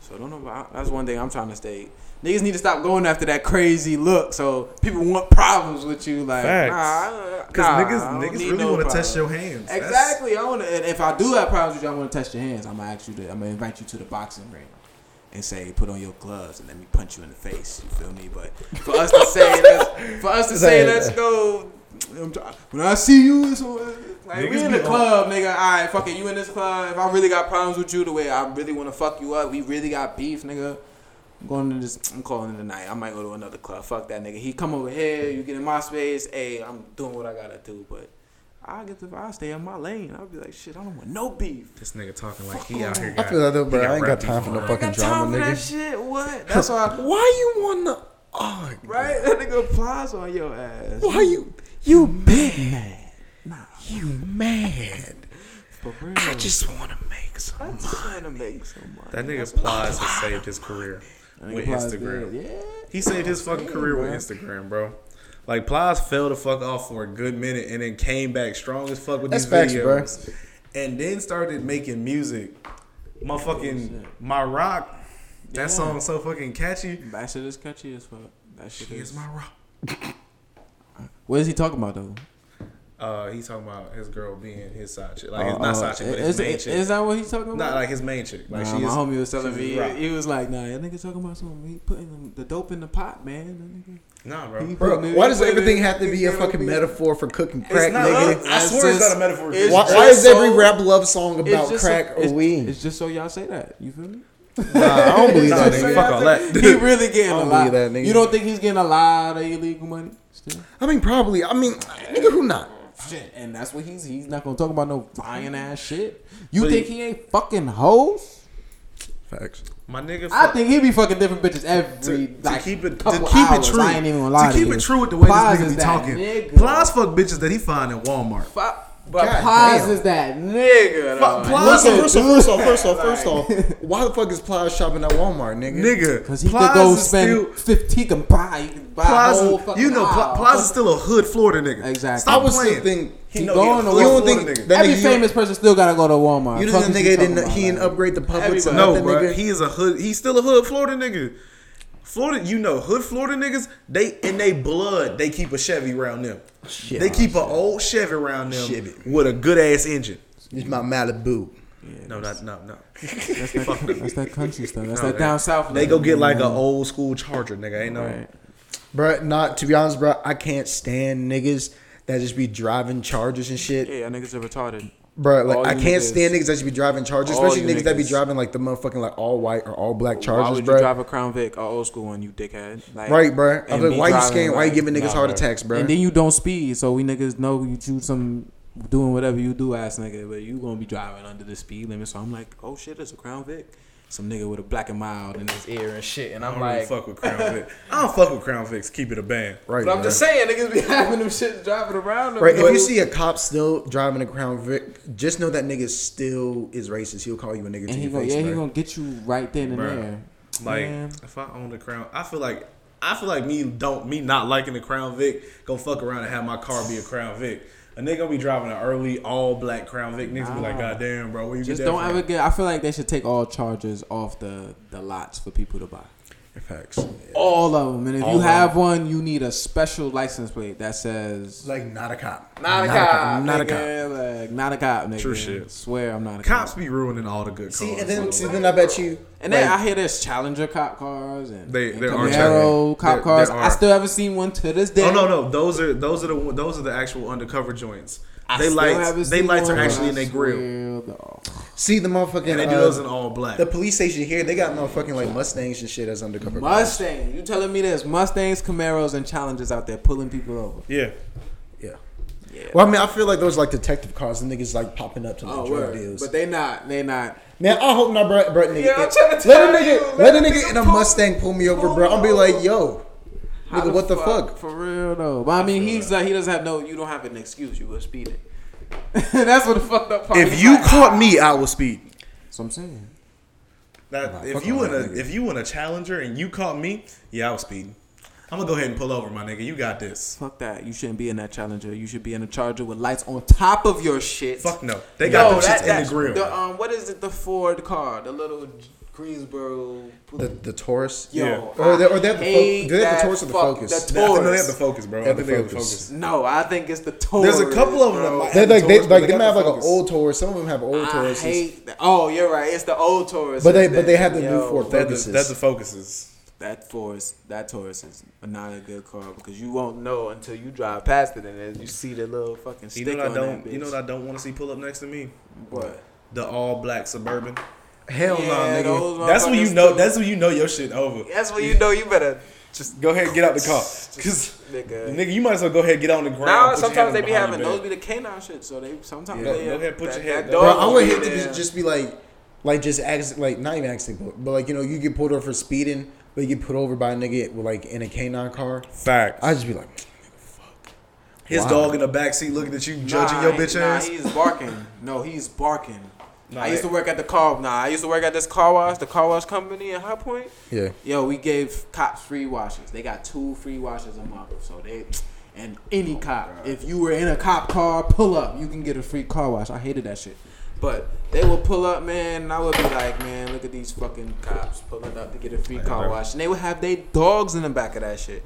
[SPEAKER 3] So don't know. About, that's one thing I'm trying to stay. Niggas need to stop going after that crazy look. So people want problems with you, like
[SPEAKER 1] Facts.
[SPEAKER 3] nah,
[SPEAKER 1] Because
[SPEAKER 3] nah, I
[SPEAKER 1] niggas,
[SPEAKER 3] don't
[SPEAKER 1] niggas
[SPEAKER 3] need
[SPEAKER 1] really
[SPEAKER 3] no
[SPEAKER 1] want to
[SPEAKER 3] problems.
[SPEAKER 1] test your hands. That's-
[SPEAKER 3] Exactly. I want to, and if I do have problems with you, I want to touch your hands. I'm gonna ask you to. I'm gonna invite you to the boxing ring and say, put on your gloves and let me punch you in the face. You feel me? But for us to say, let's, for us to say, let's go. I'm try- When I see you, it's on- like we
[SPEAKER 1] Niggas
[SPEAKER 3] in the
[SPEAKER 1] be on-
[SPEAKER 3] club, nigga. All right, fuck it. You in this club? If I really got problems with you, the way I really want to fuck you up, we really got beef, nigga. I'm going to this. I'm calling it a night. I might go to another club. Fuck that nigga. He come over here. You get in my space. Hey, I'm doing what I gotta do, but I get to. I stay in my lane. I'll be like, shit. I don't want no beef.
[SPEAKER 1] This nigga talking like he out here.
[SPEAKER 2] I feel like though, bro.
[SPEAKER 1] he
[SPEAKER 2] I ain't
[SPEAKER 1] rap
[SPEAKER 2] got time for
[SPEAKER 1] beef.
[SPEAKER 2] no
[SPEAKER 3] I ain't
[SPEAKER 2] fucking
[SPEAKER 3] got time
[SPEAKER 2] drama,
[SPEAKER 3] for that
[SPEAKER 2] nigga.
[SPEAKER 3] shit. What? That's why.
[SPEAKER 2] Why you wanna argue?
[SPEAKER 3] Right? That nigga applies on your ass.
[SPEAKER 2] Why you you mad? You mad?
[SPEAKER 3] For real.
[SPEAKER 2] I just wanna make some.
[SPEAKER 3] I'm trying to make some money.
[SPEAKER 1] That nigga Plies has saved his career
[SPEAKER 3] That nigga
[SPEAKER 1] with
[SPEAKER 3] Plies
[SPEAKER 1] Instagram.
[SPEAKER 3] did, Yeah.
[SPEAKER 1] He saved his fucking career with Instagram, bro. Like Plies fell the fuck off for a good minute and then came back strong as fuck with
[SPEAKER 2] That's
[SPEAKER 1] these
[SPEAKER 2] facts,
[SPEAKER 1] videos, and then started making music. Motherfucking my rock. That
[SPEAKER 3] Yeah.
[SPEAKER 1] song so fucking catchy.
[SPEAKER 3] That shit is catchy as fuck. That shit
[SPEAKER 1] She is
[SPEAKER 3] is.
[SPEAKER 1] my rock.
[SPEAKER 3] What is he talking about though?
[SPEAKER 1] Uh, he's talking about his girl being his side chick, like his,
[SPEAKER 3] Uh,
[SPEAKER 1] not side chick, but his
[SPEAKER 3] is,
[SPEAKER 1] main
[SPEAKER 3] is,
[SPEAKER 1] chick.
[SPEAKER 3] is that what he's talking about?
[SPEAKER 1] not like his main chick. Like
[SPEAKER 3] nah,
[SPEAKER 1] she
[SPEAKER 3] my
[SPEAKER 1] is.
[SPEAKER 3] homie was telling
[SPEAKER 1] she is
[SPEAKER 3] me
[SPEAKER 1] rock.
[SPEAKER 3] he was like, "Nah, that nigga talking about something. He putting the dope in the pot, man. That nigga.
[SPEAKER 1] Nah, bro.
[SPEAKER 3] He-
[SPEAKER 2] Bro, why does everything have to be a fucking metaphor for cooking crack,
[SPEAKER 1] not-
[SPEAKER 2] nigga?
[SPEAKER 1] I
[SPEAKER 3] That's
[SPEAKER 1] swear it's
[SPEAKER 3] just-
[SPEAKER 1] not a metaphor.
[SPEAKER 3] it's
[SPEAKER 2] Why,
[SPEAKER 3] just
[SPEAKER 2] why is every
[SPEAKER 3] so-
[SPEAKER 2] rap love song
[SPEAKER 3] It's
[SPEAKER 2] about
[SPEAKER 3] just
[SPEAKER 2] crack
[SPEAKER 3] so,
[SPEAKER 2] or
[SPEAKER 3] it's,
[SPEAKER 2] weed?
[SPEAKER 3] It's just so y'all say that. You feel me?
[SPEAKER 2] Nah, I don't believe
[SPEAKER 1] Nah,
[SPEAKER 2] that,
[SPEAKER 1] nigga,
[SPEAKER 2] nigga.
[SPEAKER 1] fuck all that.
[SPEAKER 3] He really getting
[SPEAKER 2] I
[SPEAKER 3] a
[SPEAKER 2] don't
[SPEAKER 3] lot.
[SPEAKER 2] believe that, nigga.
[SPEAKER 3] You don't think he's getting a lot of illegal money still?
[SPEAKER 2] I mean, probably. I mean, nigga, who not?
[SPEAKER 3] Shit, and that's what he's he's not gonna talk about no lying ass shit. You
[SPEAKER 1] But
[SPEAKER 3] think
[SPEAKER 1] he-
[SPEAKER 3] he, ain't fucking hoes?
[SPEAKER 2] Facts.
[SPEAKER 1] My nigga.
[SPEAKER 3] I
[SPEAKER 1] fuck-
[SPEAKER 3] think he be fucking different bitches every
[SPEAKER 1] to, to
[SPEAKER 3] like,
[SPEAKER 1] keep it to
[SPEAKER 3] couple
[SPEAKER 1] keep
[SPEAKER 3] hours.
[SPEAKER 1] it true.
[SPEAKER 3] I ain't even gonna lie
[SPEAKER 1] to keep
[SPEAKER 3] you.
[SPEAKER 1] it true with the way this
[SPEAKER 3] Plies
[SPEAKER 1] nigga
[SPEAKER 3] is
[SPEAKER 1] be
[SPEAKER 3] that
[SPEAKER 1] talking.
[SPEAKER 3] nigga.
[SPEAKER 1] Plies fuck bitches that he find in Walmart.
[SPEAKER 3] Fu- but
[SPEAKER 2] God
[SPEAKER 3] Plies
[SPEAKER 2] damn.
[SPEAKER 3] is that nigga.
[SPEAKER 1] Fuck,
[SPEAKER 3] though.
[SPEAKER 1] Plies-
[SPEAKER 2] First off,
[SPEAKER 1] Look at
[SPEAKER 2] first off, first off, first off, first off, why the fuck is Plies shopping at Walmart, nigga?
[SPEAKER 1] Nigga,
[SPEAKER 3] Cause he
[SPEAKER 1] Plies
[SPEAKER 3] could go
[SPEAKER 1] is
[SPEAKER 3] spend fifteen. He can buy. He can buy
[SPEAKER 1] Plies,
[SPEAKER 3] a whole
[SPEAKER 1] is-
[SPEAKER 3] fucking
[SPEAKER 1] you know, Pl-
[SPEAKER 3] aisle.
[SPEAKER 1] Plies is still a hood Florida nigga.
[SPEAKER 3] Exactly.
[SPEAKER 2] I
[SPEAKER 1] Stop
[SPEAKER 2] was
[SPEAKER 1] playing.
[SPEAKER 2] still think
[SPEAKER 1] He
[SPEAKER 2] he
[SPEAKER 1] know
[SPEAKER 3] going
[SPEAKER 1] he a
[SPEAKER 3] to
[SPEAKER 1] hood
[SPEAKER 2] Walmart.
[SPEAKER 1] Florida
[SPEAKER 2] You don't
[SPEAKER 1] nigga.
[SPEAKER 2] think- That
[SPEAKER 3] Every
[SPEAKER 2] nigga, you-
[SPEAKER 3] famous person still gotta go to Walmart.
[SPEAKER 2] You
[SPEAKER 3] Fuck
[SPEAKER 2] just
[SPEAKER 3] is
[SPEAKER 2] think
[SPEAKER 3] he
[SPEAKER 2] nigga
[SPEAKER 3] talking
[SPEAKER 2] didn't
[SPEAKER 3] about,
[SPEAKER 2] he didn't
[SPEAKER 3] like-
[SPEAKER 2] upgrade the public to
[SPEAKER 3] Everybody.
[SPEAKER 1] No,
[SPEAKER 2] nothing,
[SPEAKER 1] bro,
[SPEAKER 2] nigga?
[SPEAKER 1] he is a hood. He's still a hood Florida nigga. Florida, you know, hood Florida niggas. They in they blood. They keep a Chevy around them.
[SPEAKER 2] Shit.
[SPEAKER 1] they keep an old Chevy around them
[SPEAKER 2] Chevy.
[SPEAKER 1] with a good ass engine.
[SPEAKER 2] He's my Malibu.
[SPEAKER 3] Yeah,
[SPEAKER 1] No, not no, no.
[SPEAKER 3] that's, that,
[SPEAKER 1] Fuck them.
[SPEAKER 3] that's that country stuff. That's
[SPEAKER 1] No,
[SPEAKER 3] that
[SPEAKER 1] they-
[SPEAKER 3] down south.
[SPEAKER 1] They go
[SPEAKER 3] nigga.
[SPEAKER 1] get like an old school Charger, nigga. Ain't no.
[SPEAKER 3] Right.
[SPEAKER 2] Bruh, not to be honest, bruh, I can't stand niggas that just be driving chargers and shit.
[SPEAKER 3] Yeah, y'all niggas are retarded.
[SPEAKER 2] Bruh, like
[SPEAKER 3] All
[SPEAKER 2] I
[SPEAKER 3] you
[SPEAKER 2] can't
[SPEAKER 3] niggas.
[SPEAKER 2] stand niggas that should be driving chargers,
[SPEAKER 3] All
[SPEAKER 2] especially
[SPEAKER 3] you
[SPEAKER 2] niggas that be
[SPEAKER 3] niggas.
[SPEAKER 2] driving like the motherfucking like all white or all black
[SPEAKER 3] why
[SPEAKER 2] chargers,
[SPEAKER 3] would
[SPEAKER 2] bruh.
[SPEAKER 3] you drive a Crown Vic, an old school one, you dickhead? Like,
[SPEAKER 2] right, bruh.
[SPEAKER 3] and
[SPEAKER 2] I'm like,
[SPEAKER 3] me
[SPEAKER 2] why you
[SPEAKER 3] driving,
[SPEAKER 2] scared? Why you
[SPEAKER 3] like,
[SPEAKER 2] giving niggas
[SPEAKER 3] nah,
[SPEAKER 2] heart
[SPEAKER 3] bruh.
[SPEAKER 2] attacks, bruh?
[SPEAKER 3] And then you don't speed, so we niggas know you do some doing whatever you do, ass nigga. But you gonna be driving under the speed limit, so I'm like, oh shit, it's a Crown Vic. Some nigga with a black and mild in his ear and shit, and
[SPEAKER 1] I
[SPEAKER 3] I'm
[SPEAKER 1] don't really
[SPEAKER 3] like,
[SPEAKER 1] fuck with Crown Vic. I don't fuck with Crown Vics. Keep it a band.
[SPEAKER 2] right,
[SPEAKER 3] but I'm
[SPEAKER 2] bruh.
[SPEAKER 3] just saying, niggas be having them shit driving around. them,
[SPEAKER 2] Right, if
[SPEAKER 3] though.
[SPEAKER 2] you see a cop still driving a Crown Vic, just know that nigga still is racist. He'll call you a nigger to
[SPEAKER 3] and he
[SPEAKER 2] your
[SPEAKER 3] gonna,
[SPEAKER 2] face,
[SPEAKER 3] yeah, he
[SPEAKER 2] bruh.
[SPEAKER 3] gonna get you right then and
[SPEAKER 1] Bruh.
[SPEAKER 3] there.
[SPEAKER 1] Like
[SPEAKER 3] Man.
[SPEAKER 1] if I own the Crown, I feel like I feel like me don't me not liking the Crown Vic. Go fuck around and have my car be a Crown Vic. A nigga gonna be driving an early all black Crown Vic. Niggas be like,
[SPEAKER 3] Nah.
[SPEAKER 1] God damn, bro. Where you
[SPEAKER 3] Just
[SPEAKER 1] get that
[SPEAKER 3] don't
[SPEAKER 1] from?
[SPEAKER 3] ever get. I feel like they should take all chargers off the the lots for people to buy.
[SPEAKER 2] Facts.
[SPEAKER 3] All of them, and if
[SPEAKER 1] All
[SPEAKER 3] you
[SPEAKER 1] of
[SPEAKER 3] have one, you need a special license plate that says
[SPEAKER 2] Like not a cop.
[SPEAKER 3] "Not a cop,
[SPEAKER 2] Not a cop.
[SPEAKER 3] nigga," Like, not a cop, nigga.
[SPEAKER 1] True shit.
[SPEAKER 3] Swear, I'm not a
[SPEAKER 1] Cops
[SPEAKER 3] cop.
[SPEAKER 1] be ruining all the good cars.
[SPEAKER 2] See, and then,
[SPEAKER 1] so-
[SPEAKER 2] see, then I bet you.
[SPEAKER 3] And then
[SPEAKER 2] like,
[SPEAKER 3] I hear there's Challenger cop cars and,
[SPEAKER 1] They-
[SPEAKER 3] and
[SPEAKER 1] there are
[SPEAKER 3] Camaro
[SPEAKER 1] Challenger- there-
[SPEAKER 3] cop
[SPEAKER 1] there
[SPEAKER 3] cars. I
[SPEAKER 1] are.
[SPEAKER 3] still haven't seen one to this day.
[SPEAKER 1] Oh no no those are those are the one- those are the actual undercover joints.
[SPEAKER 3] I
[SPEAKER 1] they
[SPEAKER 3] still haven't
[SPEAKER 1] lights they
[SPEAKER 3] seen
[SPEAKER 1] lights are
[SPEAKER 3] one.
[SPEAKER 1] actually in
[SPEAKER 3] I
[SPEAKER 1] their grill
[SPEAKER 3] swear, though.
[SPEAKER 2] see the motherfucking.
[SPEAKER 1] and they do
[SPEAKER 2] uh,
[SPEAKER 1] those in all black.
[SPEAKER 2] the police station here, they got motherfucking like Mustangs and shit as undercover.
[SPEAKER 3] Mustang. You telling me there's Mustangs, Camaros, and Challengers out there pulling people over?
[SPEAKER 1] yeah.
[SPEAKER 2] Yeah.
[SPEAKER 3] Yeah.
[SPEAKER 2] Well, I mean, I feel like those like detective cars and niggas like popping up to like
[SPEAKER 3] Oh,
[SPEAKER 2] drug
[SPEAKER 3] word.
[SPEAKER 2] deals.
[SPEAKER 3] But they not. They not.
[SPEAKER 2] Man, I hope not, bro. bro nigga,
[SPEAKER 3] Yeah, I'm
[SPEAKER 2] It-
[SPEAKER 3] tryna
[SPEAKER 2] let a
[SPEAKER 3] tell you,
[SPEAKER 2] nigga,
[SPEAKER 3] let
[SPEAKER 2] let a
[SPEAKER 3] a
[SPEAKER 2] nigga
[SPEAKER 3] nigga
[SPEAKER 2] in a
[SPEAKER 3] pull-
[SPEAKER 2] Mustang pull me over,
[SPEAKER 3] pull
[SPEAKER 2] bro. I'll be
[SPEAKER 3] me
[SPEAKER 2] like,
[SPEAKER 3] over.
[SPEAKER 2] yo,
[SPEAKER 3] How
[SPEAKER 2] nigga,
[SPEAKER 3] the
[SPEAKER 2] what the fuck?
[SPEAKER 3] For real though. But I mean, he's like, he doesn't have no. You don't have an excuse. You were speeding. That's what the fucked up part. is, like,
[SPEAKER 2] me, I will speed.
[SPEAKER 3] That's what I'm saying.
[SPEAKER 1] That,
[SPEAKER 2] fuck
[SPEAKER 1] if you
[SPEAKER 2] all
[SPEAKER 1] in a
[SPEAKER 2] that, nigga.
[SPEAKER 1] if you in a challenger and you caught me, yeah, I was speeding. I'm gonna go ahead and pull over, my nigga. You got this.
[SPEAKER 3] Fuck that. You shouldn't be in that Challenger. You should be in a Charger with lights on top of your shit.
[SPEAKER 1] Fuck no, they got them shits in the grill.
[SPEAKER 3] The, um, what is it? The Ford car, the little Greensboro.
[SPEAKER 2] The the Taurus,
[SPEAKER 3] Yo,
[SPEAKER 1] Yeah.
[SPEAKER 2] Or they- or they
[SPEAKER 3] I
[SPEAKER 2] have the Fo-
[SPEAKER 3] hate
[SPEAKER 2] do they have the
[SPEAKER 3] that
[SPEAKER 2] Taurus or the
[SPEAKER 3] fuck-
[SPEAKER 2] Focus?
[SPEAKER 3] the
[SPEAKER 1] They- I think they have
[SPEAKER 3] Taurus.
[SPEAKER 1] the focus, bro.
[SPEAKER 2] They
[SPEAKER 1] I
[SPEAKER 2] have
[SPEAKER 1] think
[SPEAKER 2] the
[SPEAKER 1] they have the
[SPEAKER 2] Focus.
[SPEAKER 1] focus.
[SPEAKER 3] No, I think it's the Taurus.
[SPEAKER 1] There's a couple of them that
[SPEAKER 3] bro.
[SPEAKER 1] might
[SPEAKER 2] they
[SPEAKER 1] have the
[SPEAKER 2] like they
[SPEAKER 1] Taurus, but
[SPEAKER 2] like they
[SPEAKER 1] got
[SPEAKER 2] might have
[SPEAKER 1] the
[SPEAKER 2] like an
[SPEAKER 1] Focus.
[SPEAKER 2] old Taurus. Some of them have old
[SPEAKER 3] I
[SPEAKER 2] Tauruses.
[SPEAKER 3] hate. That. Oh, you're right. It's the old Taurus.
[SPEAKER 2] But they- but they have the new Ford
[SPEAKER 1] They're the,
[SPEAKER 2] Focuses.
[SPEAKER 1] they're the focuses.
[SPEAKER 3] That Taurus, that Taurus is not a good car because you won't know until you drive past it and then you see the little fucking
[SPEAKER 1] You
[SPEAKER 3] stick
[SPEAKER 1] know what
[SPEAKER 3] on
[SPEAKER 1] I
[SPEAKER 3] that
[SPEAKER 1] don't.
[SPEAKER 3] bitch.
[SPEAKER 1] You know what I don't want to see pull up next to me.
[SPEAKER 3] What?
[SPEAKER 1] The all black suburban.
[SPEAKER 2] Hell
[SPEAKER 3] Yeah,
[SPEAKER 2] no, nigga.
[SPEAKER 3] those
[SPEAKER 1] That's when you
[SPEAKER 3] motherfuckers
[SPEAKER 1] know.
[SPEAKER 3] still-
[SPEAKER 1] That's when you know your shit over.
[SPEAKER 3] That's when you know you better
[SPEAKER 1] Just go ahead and get out the car, cause
[SPEAKER 3] nigga.
[SPEAKER 1] nigga, you might as well go ahead and get on the ground.
[SPEAKER 3] Now
[SPEAKER 1] put your
[SPEAKER 3] sometimes
[SPEAKER 1] hands
[SPEAKER 3] they be
[SPEAKER 1] behind
[SPEAKER 3] having
[SPEAKER 1] your
[SPEAKER 3] those
[SPEAKER 1] back.
[SPEAKER 3] be the canine shit, so they sometimes
[SPEAKER 1] Yeah.
[SPEAKER 3] they
[SPEAKER 1] Go ahead, put
[SPEAKER 3] that,
[SPEAKER 1] your head
[SPEAKER 3] that
[SPEAKER 1] down.
[SPEAKER 2] Bro,
[SPEAKER 3] dog
[SPEAKER 2] I
[SPEAKER 3] will
[SPEAKER 2] would
[SPEAKER 3] be
[SPEAKER 2] hate to be,
[SPEAKER 3] there.
[SPEAKER 2] just be like, like just accident, like not even accident, but, but like you know, you get pulled over for speeding, but you get put over by a nigga with, like in a canine car.
[SPEAKER 1] Facts.
[SPEAKER 2] I just be like,
[SPEAKER 1] His
[SPEAKER 2] Wow.
[SPEAKER 1] dog in the back seat looking at you, judging
[SPEAKER 3] Nah,
[SPEAKER 1] your
[SPEAKER 3] he-
[SPEAKER 1] bitch
[SPEAKER 3] nah,
[SPEAKER 1] ass.
[SPEAKER 3] he's barking. No, he's barking.
[SPEAKER 1] Nah,
[SPEAKER 3] I used to
[SPEAKER 1] that-
[SPEAKER 3] work at the car. Nah, I used to work at this car wash, the car wash company in High Point.
[SPEAKER 2] yeah.
[SPEAKER 3] Yo, we gave cops free washes. They got two free washes a month. So they and any cop, if you were in a cop car, pull up. You can get a free car wash. I hated that shit. But they would pull up, man, and I would be like, man, look at these fucking cops pulling up to get a free car
[SPEAKER 1] bro.
[SPEAKER 3] wash. And they would have their dogs in the back of that shit.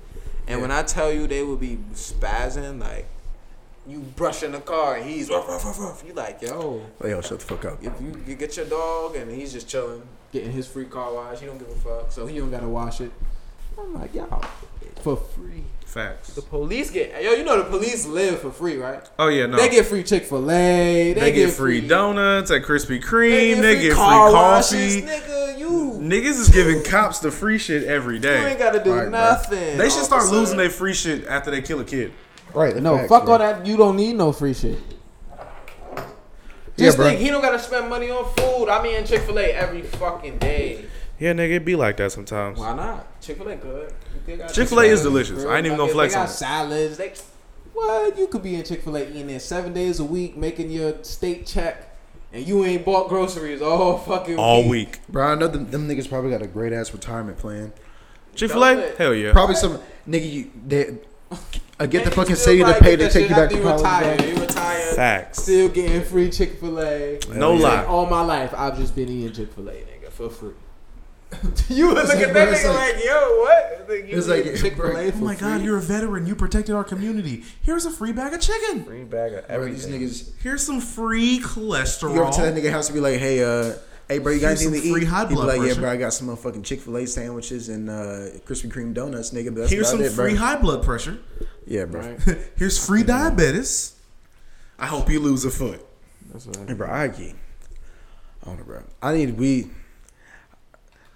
[SPEAKER 3] And when I tell you they would be spazzing, like, you brushing the car, and he's ruff, ruff, ruff, ruff. You like, yo,
[SPEAKER 2] Like, yo, shut the fuck up.
[SPEAKER 3] if you, you get your dog and he's just chilling, getting his free car wash, he don't give a fuck, so he don't gotta wash it. I'm like, y'all, for free.
[SPEAKER 1] Facts.
[SPEAKER 3] The police get yo, you know the police live for free, right?
[SPEAKER 1] Oh yeah, no.
[SPEAKER 3] They get free Chick Fil A. They, get,
[SPEAKER 1] free donuts at Krispy Kreme. They get free
[SPEAKER 3] car
[SPEAKER 1] coffee.
[SPEAKER 3] washes, nigga. You,
[SPEAKER 1] Niggas is giving cops the free shit every
[SPEAKER 3] you ain't
[SPEAKER 1] day.
[SPEAKER 3] gotta do
[SPEAKER 2] Right, bro.
[SPEAKER 3] nothing.
[SPEAKER 1] They should start
[SPEAKER 3] officer.
[SPEAKER 1] losing their free shit after they kill a kid.
[SPEAKER 2] Right.
[SPEAKER 3] No,
[SPEAKER 2] facts,
[SPEAKER 3] fuck
[SPEAKER 2] bro.
[SPEAKER 3] all that. You don't need no free shit.
[SPEAKER 2] Yeah,
[SPEAKER 3] Just
[SPEAKER 2] bro.
[SPEAKER 3] think, he don't gotta spend money on food. I'm eating Chick Fil A every fucking day.
[SPEAKER 1] Yeah, nigga, it be like that sometimes.
[SPEAKER 3] Why not? Chick Fil A good. They got
[SPEAKER 1] Chick-fil-A is
[SPEAKER 3] Chick-fil-A,
[SPEAKER 1] delicious. I ain't even gonna
[SPEAKER 3] grilled
[SPEAKER 1] flex
[SPEAKER 3] nuggets,
[SPEAKER 1] on it.
[SPEAKER 3] They got salads. They what? You could be in Chick Fil A eating there seven days a week, making your state check, and you ain't bought groceries all fucking
[SPEAKER 1] All week.
[SPEAKER 2] Bro, I know them, them niggas probably got a great ass retirement plan.
[SPEAKER 1] Chick Fil A,
[SPEAKER 3] Don't-
[SPEAKER 1] hell yeah.
[SPEAKER 2] Probably some nigga you they I get the
[SPEAKER 3] Niggas
[SPEAKER 2] fucking
[SPEAKER 3] still
[SPEAKER 2] city to
[SPEAKER 3] probably get
[SPEAKER 2] pay to
[SPEAKER 3] that
[SPEAKER 2] take
[SPEAKER 3] shit
[SPEAKER 2] you back
[SPEAKER 3] after
[SPEAKER 2] to
[SPEAKER 3] you
[SPEAKER 2] college.
[SPEAKER 3] retire.
[SPEAKER 2] bro.
[SPEAKER 3] You retire.
[SPEAKER 1] Facts.
[SPEAKER 3] Still getting free Chick Fil A.
[SPEAKER 1] No lie.
[SPEAKER 3] All my life, I've just been eating Chick Fil A, nigga, for free. you would look
[SPEAKER 2] like-
[SPEAKER 3] at that
[SPEAKER 2] bro, it's
[SPEAKER 3] nigga
[SPEAKER 2] like-
[SPEAKER 3] like, yo, what? Like, you
[SPEAKER 2] it's like-
[SPEAKER 3] Chick Fil A
[SPEAKER 1] oh
[SPEAKER 2] bro,
[SPEAKER 3] for free.
[SPEAKER 1] a veteran. You protected our community. Here's a free bag of chicken.
[SPEAKER 3] free bag of
[SPEAKER 2] Bro, these
[SPEAKER 3] everything.
[SPEAKER 2] niggas
[SPEAKER 1] Here's some free cholesterol.
[SPEAKER 2] you go over to that nigga house and be like, hey, uh, hey, bro, you got
[SPEAKER 1] Here's
[SPEAKER 2] anything to
[SPEAKER 1] some free
[SPEAKER 2] eat?
[SPEAKER 1] high
[SPEAKER 2] He be
[SPEAKER 1] blood
[SPEAKER 2] like, yeah,
[SPEAKER 1] pressure.
[SPEAKER 2] bro, I got some motherfucking Chick Fil A sandwiches and uh, Krispy Kreme donuts, nigga. But that's
[SPEAKER 1] Here's
[SPEAKER 2] about
[SPEAKER 1] some
[SPEAKER 2] it, bro.
[SPEAKER 1] free high blood pressure.
[SPEAKER 2] yeah, bro.
[SPEAKER 3] Right?
[SPEAKER 1] Here's free diabetes. I hope you lose a foot.
[SPEAKER 3] That's what I
[SPEAKER 2] Hey, bro, I get. I don't know, bro. I need we.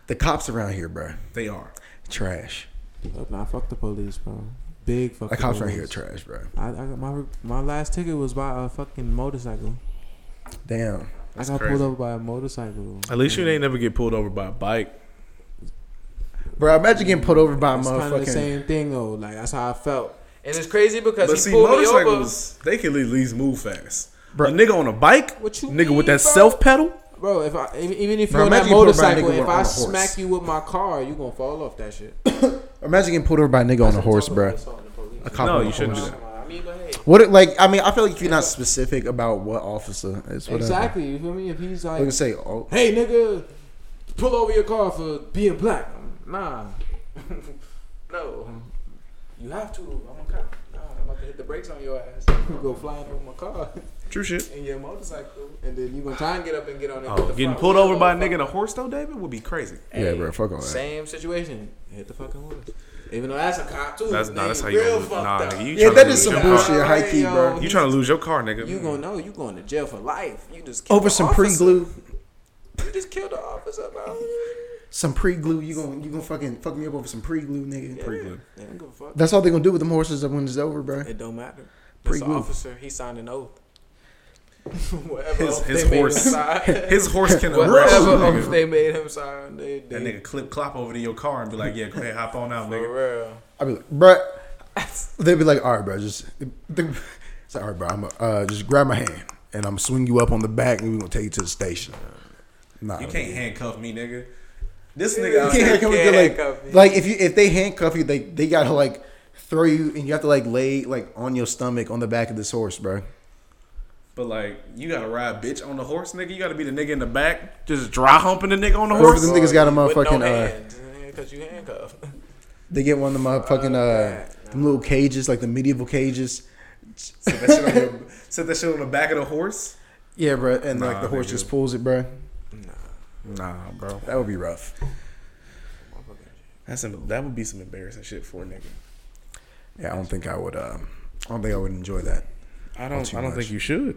[SPEAKER 2] The cops around here, bro,
[SPEAKER 1] They are.
[SPEAKER 2] trash.
[SPEAKER 3] Up, Nah, fuck the police, bro. Big fuck.
[SPEAKER 2] The
[SPEAKER 3] the
[SPEAKER 2] cops around
[SPEAKER 3] police.
[SPEAKER 2] here, trash, bro.
[SPEAKER 3] I, I got my my last ticket was by a fucking motorcycle.
[SPEAKER 2] Damn.
[SPEAKER 3] I got
[SPEAKER 1] crazy.
[SPEAKER 3] pulled over by a motorcycle.
[SPEAKER 1] At least you ain't never get pulled over by a bike.
[SPEAKER 2] Bro, imagine getting pulled over by a
[SPEAKER 3] It's kind of the
[SPEAKER 2] motherfucking.
[SPEAKER 3] same thing though. Like that's how I felt. And it's crazy because
[SPEAKER 1] But
[SPEAKER 3] he
[SPEAKER 1] see,
[SPEAKER 3] pulled me over.
[SPEAKER 1] motorcycles, they can at least move fast.
[SPEAKER 2] Bruh.
[SPEAKER 1] A nigga on a bike,
[SPEAKER 3] What you
[SPEAKER 1] nigga with
[SPEAKER 3] mean,
[SPEAKER 1] that
[SPEAKER 3] bro?
[SPEAKER 1] self pedal,
[SPEAKER 3] Bro, if I even- even if
[SPEAKER 2] Bro,
[SPEAKER 3] you're on that
[SPEAKER 2] imagine you pulled by a
[SPEAKER 3] motorcycle,
[SPEAKER 2] nigga
[SPEAKER 3] if
[SPEAKER 2] on a
[SPEAKER 3] I
[SPEAKER 2] horse.
[SPEAKER 3] smack you with my car, you gonna fall off that shit.
[SPEAKER 2] Imagine getting pulled over by a nigga on a horse, bro.
[SPEAKER 3] Assault and police.
[SPEAKER 2] A cop
[SPEAKER 1] No,
[SPEAKER 2] on a
[SPEAKER 1] you shouldn't
[SPEAKER 2] horse.
[SPEAKER 1] do that.
[SPEAKER 3] I mean, go ahead. Right.
[SPEAKER 2] What it- like I mean I feel like if you're not specific about what officer it's whatever.
[SPEAKER 3] Exactly. You feel me? If he's
[SPEAKER 2] I can
[SPEAKER 3] like,
[SPEAKER 2] say oh
[SPEAKER 3] hey, nigga, pull over your car for being black. Nah. no. You have to. I'm a cop. Nah, I'm about to hit the brakes on your ass. You go flying over my car
[SPEAKER 1] True shit.
[SPEAKER 3] and your motorcycle, and then you gonna try and get up and get on it.
[SPEAKER 1] Oh, getting pulled over by a nigga in a horse though, David, would be crazy.
[SPEAKER 2] yeah bro fuck all that.
[SPEAKER 3] Same situation. Hit the fucking horse. Even though that's a cop too.
[SPEAKER 1] That's
[SPEAKER 3] nigga,
[SPEAKER 1] nah, that's how you
[SPEAKER 3] real
[SPEAKER 1] gonna lose.
[SPEAKER 3] fucked
[SPEAKER 1] Nah,
[SPEAKER 3] up.
[SPEAKER 1] nigga, you
[SPEAKER 2] Yeah
[SPEAKER 1] tryna
[SPEAKER 2] that
[SPEAKER 1] lose
[SPEAKER 2] is some
[SPEAKER 1] your
[SPEAKER 3] Yeah.
[SPEAKER 1] car.
[SPEAKER 2] bullshit high key bro.
[SPEAKER 1] You trying to lose your car, nigga?
[SPEAKER 3] You gonna know you going to jail for life. You just killed
[SPEAKER 2] Over
[SPEAKER 3] the
[SPEAKER 2] some
[SPEAKER 3] officer.
[SPEAKER 2] pre glue,
[SPEAKER 3] You just killed the officer, bro.
[SPEAKER 2] some pre glue. You gonna you gonna fucking fuck me up over some pre glue, nigga.
[SPEAKER 1] Pre-glue.
[SPEAKER 3] Yeah, I don't give a fuck.
[SPEAKER 2] That's all they gonna do with them horses when it's over, bro.
[SPEAKER 3] It don't matter. That's an
[SPEAKER 2] Pre-glue.
[SPEAKER 3] officer. He signed an oath. Whatever
[SPEAKER 1] His-
[SPEAKER 3] oath
[SPEAKER 1] his
[SPEAKER 3] they made
[SPEAKER 1] horse.
[SPEAKER 3] him sign.
[SPEAKER 1] His horse can arrest you,
[SPEAKER 3] Whatever
[SPEAKER 1] nigga.
[SPEAKER 3] oath they made him sign, they
[SPEAKER 1] That
[SPEAKER 3] did.
[SPEAKER 1] nigga clip clop over to your car and be like, "Yeah, go ahead, hop on out, nigga."
[SPEAKER 3] For real.
[SPEAKER 2] I'd be like, bro. They'd be like, all right, bro, just they, say, all right, bro, I'm gonna, uh, just grab my hand and I'm gonna swing you up on the back and we're gonna take you to the station. Nah,
[SPEAKER 1] You can't handcuff me, nigga. This
[SPEAKER 3] You
[SPEAKER 1] nigga,
[SPEAKER 2] You
[SPEAKER 1] out
[SPEAKER 2] can't
[SPEAKER 1] here-
[SPEAKER 2] handcuff me,
[SPEAKER 3] can't
[SPEAKER 2] like,
[SPEAKER 3] handcuff me.
[SPEAKER 2] like if you if they handcuff you, they they gotta like throw you and you have to like lay like on your stomach on the back of this horse, bro.
[SPEAKER 1] but like, you gotta ride bitch on the horse, nigga. You gotta be the nigga in the back, just dry humping the nigga on the
[SPEAKER 2] Or
[SPEAKER 1] horse.
[SPEAKER 2] if them niggas got a
[SPEAKER 3] With
[SPEAKER 2] motherfucking
[SPEAKER 3] no
[SPEAKER 2] uh,
[SPEAKER 3] hands, cause you handcuffed.
[SPEAKER 2] they get one of the motherfucking uh, them little cages like the medieval cages.
[SPEAKER 1] Set that, shit on your, set that shit on the back of the horse.
[SPEAKER 2] Yeah, bro, and like
[SPEAKER 1] Nah,
[SPEAKER 2] the horse
[SPEAKER 1] nigga.
[SPEAKER 2] just pulls it, bro.
[SPEAKER 1] Nah, bro.
[SPEAKER 2] That would be rough.
[SPEAKER 1] That's some, that would be some embarrassing shit for a nigga.
[SPEAKER 2] Yeah, I don't think I would. Um, I don't think I would enjoy that.
[SPEAKER 1] I
[SPEAKER 2] Not
[SPEAKER 1] don't.
[SPEAKER 2] too
[SPEAKER 1] I don't
[SPEAKER 2] much.
[SPEAKER 1] think you should.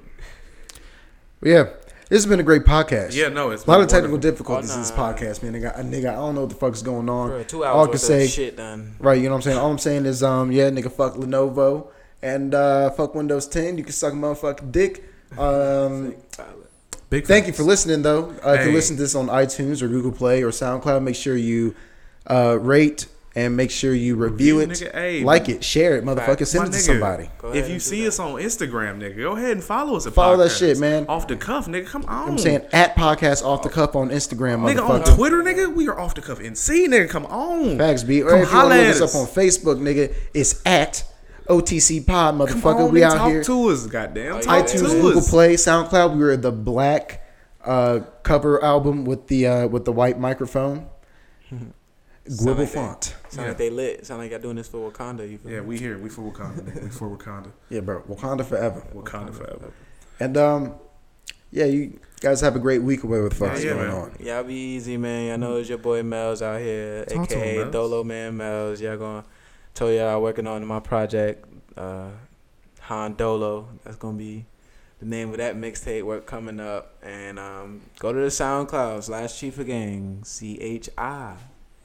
[SPEAKER 2] But yeah, this has been a great podcast.
[SPEAKER 1] Yeah, no. It's
[SPEAKER 2] A lot of
[SPEAKER 1] been
[SPEAKER 2] technical
[SPEAKER 1] wonderful.
[SPEAKER 2] difficulties
[SPEAKER 3] Oh,
[SPEAKER 2] in this
[SPEAKER 3] nah.
[SPEAKER 2] podcast, man. Nigga, I, nigga, I don't know what the fuck's going on.
[SPEAKER 3] Bro, two
[SPEAKER 2] All I
[SPEAKER 3] hours
[SPEAKER 2] can
[SPEAKER 3] worth
[SPEAKER 2] say-
[SPEAKER 3] of shit done.
[SPEAKER 2] Right, you know what I'm saying? All I'm saying is, um, yeah, nigga, fuck Lenovo and uh, fuck Windows 10. You can suck a motherfucking dick. Um,
[SPEAKER 1] Big
[SPEAKER 2] thank you
[SPEAKER 1] facts.
[SPEAKER 2] for listening, though. Uh, If
[SPEAKER 1] Hey.
[SPEAKER 2] you listen to this on iTunes or Google Play or SoundCloud, make sure you uh, rate and make sure you review it,
[SPEAKER 1] nigga. Hey,
[SPEAKER 2] like it, share it, motherfucker. Send
[SPEAKER 1] My
[SPEAKER 2] it to
[SPEAKER 1] nigga.
[SPEAKER 2] somebody.
[SPEAKER 3] Go ahead
[SPEAKER 1] If you
[SPEAKER 3] and do
[SPEAKER 1] see
[SPEAKER 3] that.
[SPEAKER 1] us on Instagram, nigga, go ahead and follow us. at
[SPEAKER 2] Follow that
[SPEAKER 1] Podcast.
[SPEAKER 2] shit, man.
[SPEAKER 1] Off the cuff, nigga. Come on.
[SPEAKER 2] I'm saying at podcast off the cuff on Instagram,
[SPEAKER 1] Nigga on
[SPEAKER 2] motherfucker.
[SPEAKER 1] Twitter, nigga, we are off the cuff NC, nigga. Come on.
[SPEAKER 2] Facts, B. Or
[SPEAKER 1] Come
[SPEAKER 2] if you want
[SPEAKER 1] holla
[SPEAKER 2] to look
[SPEAKER 1] at us.
[SPEAKER 2] us up on Facebook, nigga, it's at OTC Pod,
[SPEAKER 1] Come
[SPEAKER 2] motherfucker.
[SPEAKER 1] on,
[SPEAKER 2] we
[SPEAKER 1] nigga,
[SPEAKER 2] out
[SPEAKER 1] talk
[SPEAKER 2] here.
[SPEAKER 1] to us, goddamn.
[SPEAKER 3] yeah.
[SPEAKER 1] Talk
[SPEAKER 2] iTunes,
[SPEAKER 1] to
[SPEAKER 2] Google
[SPEAKER 1] us.
[SPEAKER 2] Play, SoundCloud. We were the black uh, cover album with the uh, with the white microphone,
[SPEAKER 3] Sound
[SPEAKER 2] Global
[SPEAKER 3] like
[SPEAKER 2] font.
[SPEAKER 3] They, sound
[SPEAKER 1] Yeah.
[SPEAKER 3] like they lit. Sound like y'all doing this for Wakanda. You feel
[SPEAKER 1] Yeah,
[SPEAKER 3] me?
[SPEAKER 1] we here. We for Wakanda. nigga. We for Wakanda.
[SPEAKER 2] Yeah, bro, Wakanda forever.
[SPEAKER 1] Wakanda forever.
[SPEAKER 2] And um, yeah, you guys have a great week away with fuck's
[SPEAKER 1] Yeah, yeah,
[SPEAKER 2] going
[SPEAKER 1] man.
[SPEAKER 2] on.
[SPEAKER 3] Y'all be easy, man. Y'all know it's your boy Mel's out here,
[SPEAKER 1] Talk to
[SPEAKER 3] aka
[SPEAKER 1] him, Mel's.
[SPEAKER 3] Dolo Man Mel's. Y'all gonna tell y'all I'm working on my project, uh, Han Dolo. That's gonna be the name of that mixtape work coming up. And um, go to the SoundCloud slash Chief of Gang C H I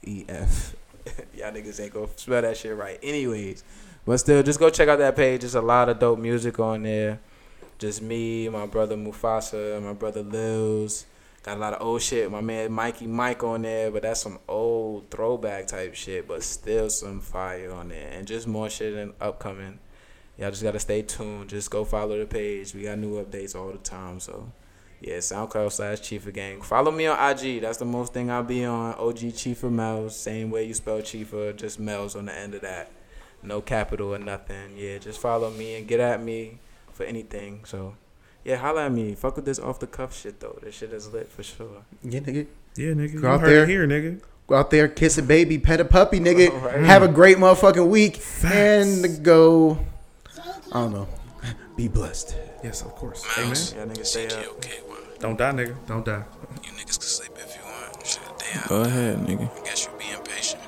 [SPEAKER 3] E F. Y'all niggas ain't gonna spell that shit right, anyways. But still, just go check out that page. There's a lot of dope music on there. Just me, my brother Mufasa, my brother Lils. Got a lot of old shit. My man Mikey Mike on there, but that's some old throwback type shit, but still some fire on there. And just more shit and upcoming. Y'all just gotta stay tuned. Just go follow the page. We got new updates all the time. So yeah, SoundCloud slash Chief of Gang. Follow me on IG. That's the most thing I'll be on. OG Chief of Mel's. Same way you spell Chief of, just Mel's on the end of that. No capital or nothing. Yeah, just follow me and get at me for anything. So yeah, holla at me. Fuck with this off the cuff shit though. This shit is lit for sure.
[SPEAKER 2] Yeah, nigga,
[SPEAKER 1] Yeah, nigga.
[SPEAKER 2] Go you out heard it there.
[SPEAKER 1] here, nigga.
[SPEAKER 2] go out there, kiss a baby, pet a puppy, nigga.
[SPEAKER 3] Alright.
[SPEAKER 2] Have a great motherfucking week,
[SPEAKER 1] Facts.
[SPEAKER 2] and go. I don't know. Be blessed.
[SPEAKER 1] Yes, of course. Amen.
[SPEAKER 3] Y'all niggas stay up.
[SPEAKER 1] Don't die, nigga. Don't die.
[SPEAKER 4] You niggas can sleep if you want. Shit, damn.
[SPEAKER 3] Go ahead, nigga.
[SPEAKER 4] I guess you being patient.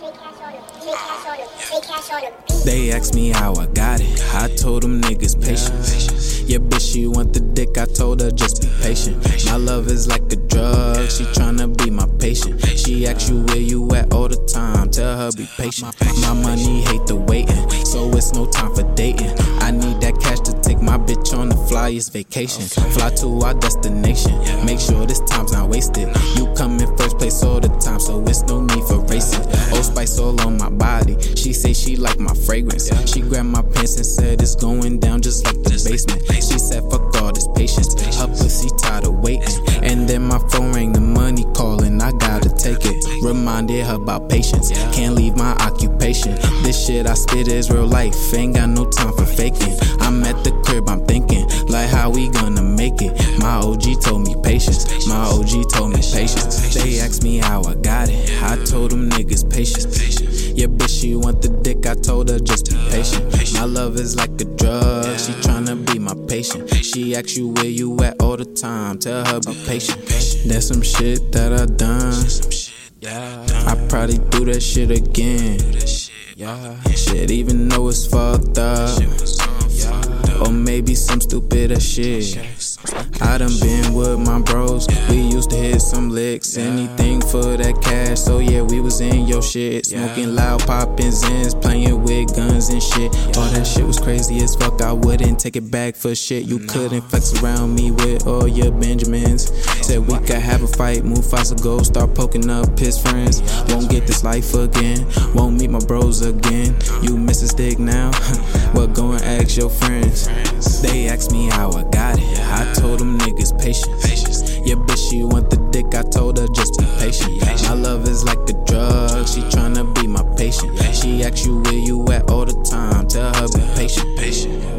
[SPEAKER 5] Take cash order. Take cash order. Take cash order. Beat.
[SPEAKER 6] They asked me how I got it. I told them niggas patience. Yeah, bitch, she want the dick. I told her just be patient. My love is like a drug. She tryna be my patient. She asks you where you at all the time. Tell her be patient. My money hate the waiting, so it's no time for dating. I need that cash to take my bitch on the flyest vacation. Fly to our destination. Make sure this time's not wasted. You come in first place all the time, so it's no need for racing. Old Spice all on my body. She say she like my fragrance. She grabbed my pants and said it's going down just like the basement. She said fuck all this patience. Her pussy tired of waiting. And then my phone rang, the money calling. I gotta take it. Reminded her about patience. Can't leave my occupation. This shit shit I spit is real life. Ain't got no time for faking. I'm at the crib, I'm thinking, like how we gonna make it. My OG told me patience. My OG told me patience. They asked me how I got it. I told them niggas patience. Yeah, bitch, she want the dick. I told her just be patient. My love is like a drug. She tryna be my patient. She asks you where you at all the time. Tell her be patient. That's some shit that I done. I probably do that shit again. Yeah. Shit, even though it's fucked up. Or maybe some stupid ass shit. I done been with my bros. We used to hit some licks. Anything for that cash. So yeah, we was in your shit. Smoking loud, popping zins, playing with guns and shit. All that shit was crazy as fuck. I wouldn't take it back for shit. You couldn't flex around me with all your Benjamins. Said we could have a fight. Mufasa go start poking up his friends. Won't get this life again. Won't meet my bros again. You miss a stick now? well, go and ask your friends. They asked me how I got it. I told them niggas patience. Yeah, bitch, she want the dick. I told her just be patient. My love is like a drug. She tryna be my patient. She asks you where you at all the time. Tell her be patient.